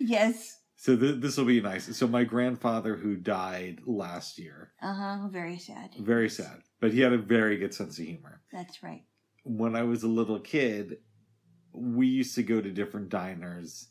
B: yes,
A: So th- this will be nice. So my grandfather who died last year,
B: uh huh. Very sad.
A: very sad, but he had a very good sense of humor.
B: That's right.
A: when I was a little kid, we used to go to different diners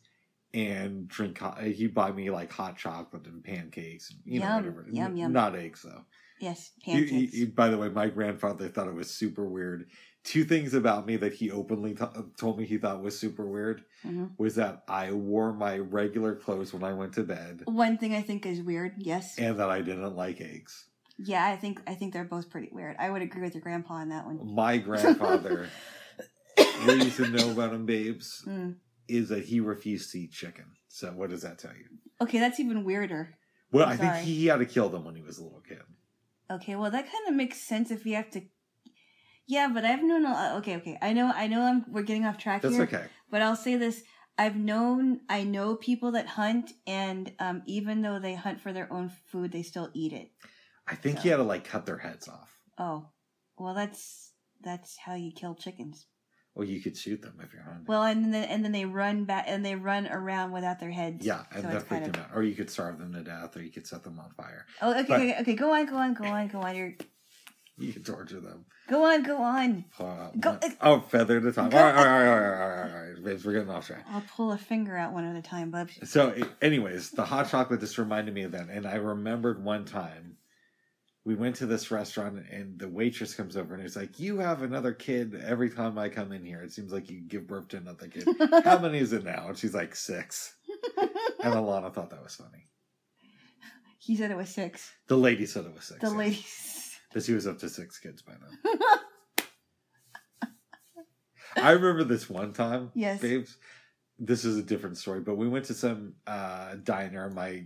A: and drink. Hot, uh, he'd buy me like hot chocolate and pancakes, and, you
B: Yum,
A: know, whatever.
B: yum,
A: N-
B: yum.
A: Not eggs though.
B: Yes,
A: He-
B: pancakes.
A: he- he- by the way, my grandfather thought it was super weird. Two things about me that he openly t- uh, told me he thought was super weird
B: Mhm.
A: was that I wore my regular clothes when I went to bed,
B: One thing I think is weird. Yes.
A: and that I didn't like eggs.
B: Yeah, I think I think they're both pretty weird. I would agree with your grandpa on that one.
A: My grandfather, what you should know about him, babes,
B: Mm.
A: is that he refused to eat chicken. So what does that tell you?
B: Okay, that's even weirder.
A: Well,
B: I'm
A: i think
B: sorry.
A: he had to kill them when he was a little kid.
B: Okay, well that kind of makes sense if you have to. Yeah, but I've known. A, uh, okay, okay. I know. I know. I'm. We're getting off track
A: That's
B: here.
A: okay.
B: But I'll say this: I've known. I know people that hunt, and um, even though they hunt for their own food, they still eat it.
A: I think
B: So-
A: he had to like cut their heads off.
B: Oh, well, that's that's how you kill chickens.
A: Well, you could shoot them if you're hungry.
B: Well, and then and then they run back and they run around without their heads.
A: yeah, and
B: so
A: that
B: it's kind
A: freaked
B: of-
A: him out. Or you could starve them to death, or you could set them on fire.
B: Oh, okay,
A: But-
B: okay, okay. Go on, go on, go on, go on. You're
A: You could torture them.
B: go on, go on.
A: Uh,
B: Go-
A: one- oh, feather at a time.
B: Go-
A: all, right, all, right, all right, all right, all right, all right, babes, we're getting off track.
B: I'll pull a finger out one at a time, Bubs.
A: So, a- anyways, the hot chocolate just reminded me of that, and I remembered one time we went to this restaurant, and the waitress comes over and is like, "You have another kid every time I come in here. It seems like you give birth to another kid. How many is it now?" And she's like, six. And Alana thought that was funny.
B: he said it was six.
A: The lady said it was six.
B: The
A: yeah.
B: ladies.
A: Because he was up to six kids by then. I remember this one time,
B: Yes.
A: babes. This is a different story, but we went to some uh, diner. My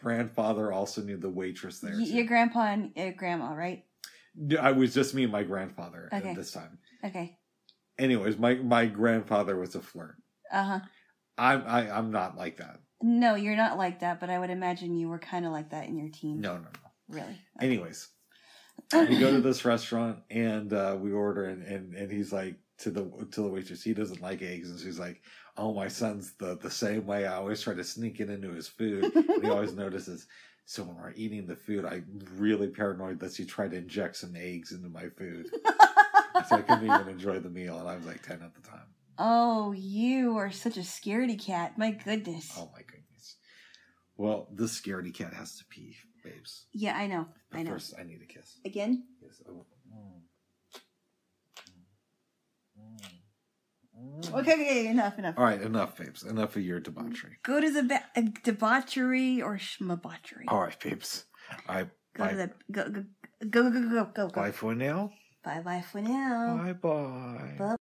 A: grandfather also knew the waitress there.
B: Y- your
A: too.
B: grandpa and uh, grandma, right?
A: No, I was just me and my grandfather at
B: Okay.
A: this time.
B: Okay.
A: Anyways, my, my grandfather was a flirt.
B: Uh huh.
A: I'm I, I'm not like that.
B: No, you're not like that, but I would imagine you were kind of like that in your teens.
A: No, no, no.
B: Really.
A: Anyways, we go to this restaurant and uh, we order and, and and he's like to the to the waitress he doesn't like eggs and she's like oh my son's the the same way i always try to sneak it into his food and he always notices so when we're eating the food i'm really paranoid that she tried to inject some eggs into my food so i couldn't even enjoy the meal and i was like 10 at the time
B: oh, you are such a scaredy cat. My goodness.
A: oh my goodness well this scaredy cat has to pee babes
B: Yeah, I know.
A: but
B: I know.
A: first i need a kiss
B: Again?
A: yes I will. Mm. Mm. Mm.
B: Okay, okay, enough, enough.
A: All right, enough, babes. Enough of your debauchery.
B: Go to the ba- uh, debauchery or schmabauchery.
A: All right, babes. I
B: go
A: bye,
B: to the go go go go go go. go.
A: bye for now.
B: Bye bye for now.
A: Bye bye.
B: Oh. Bye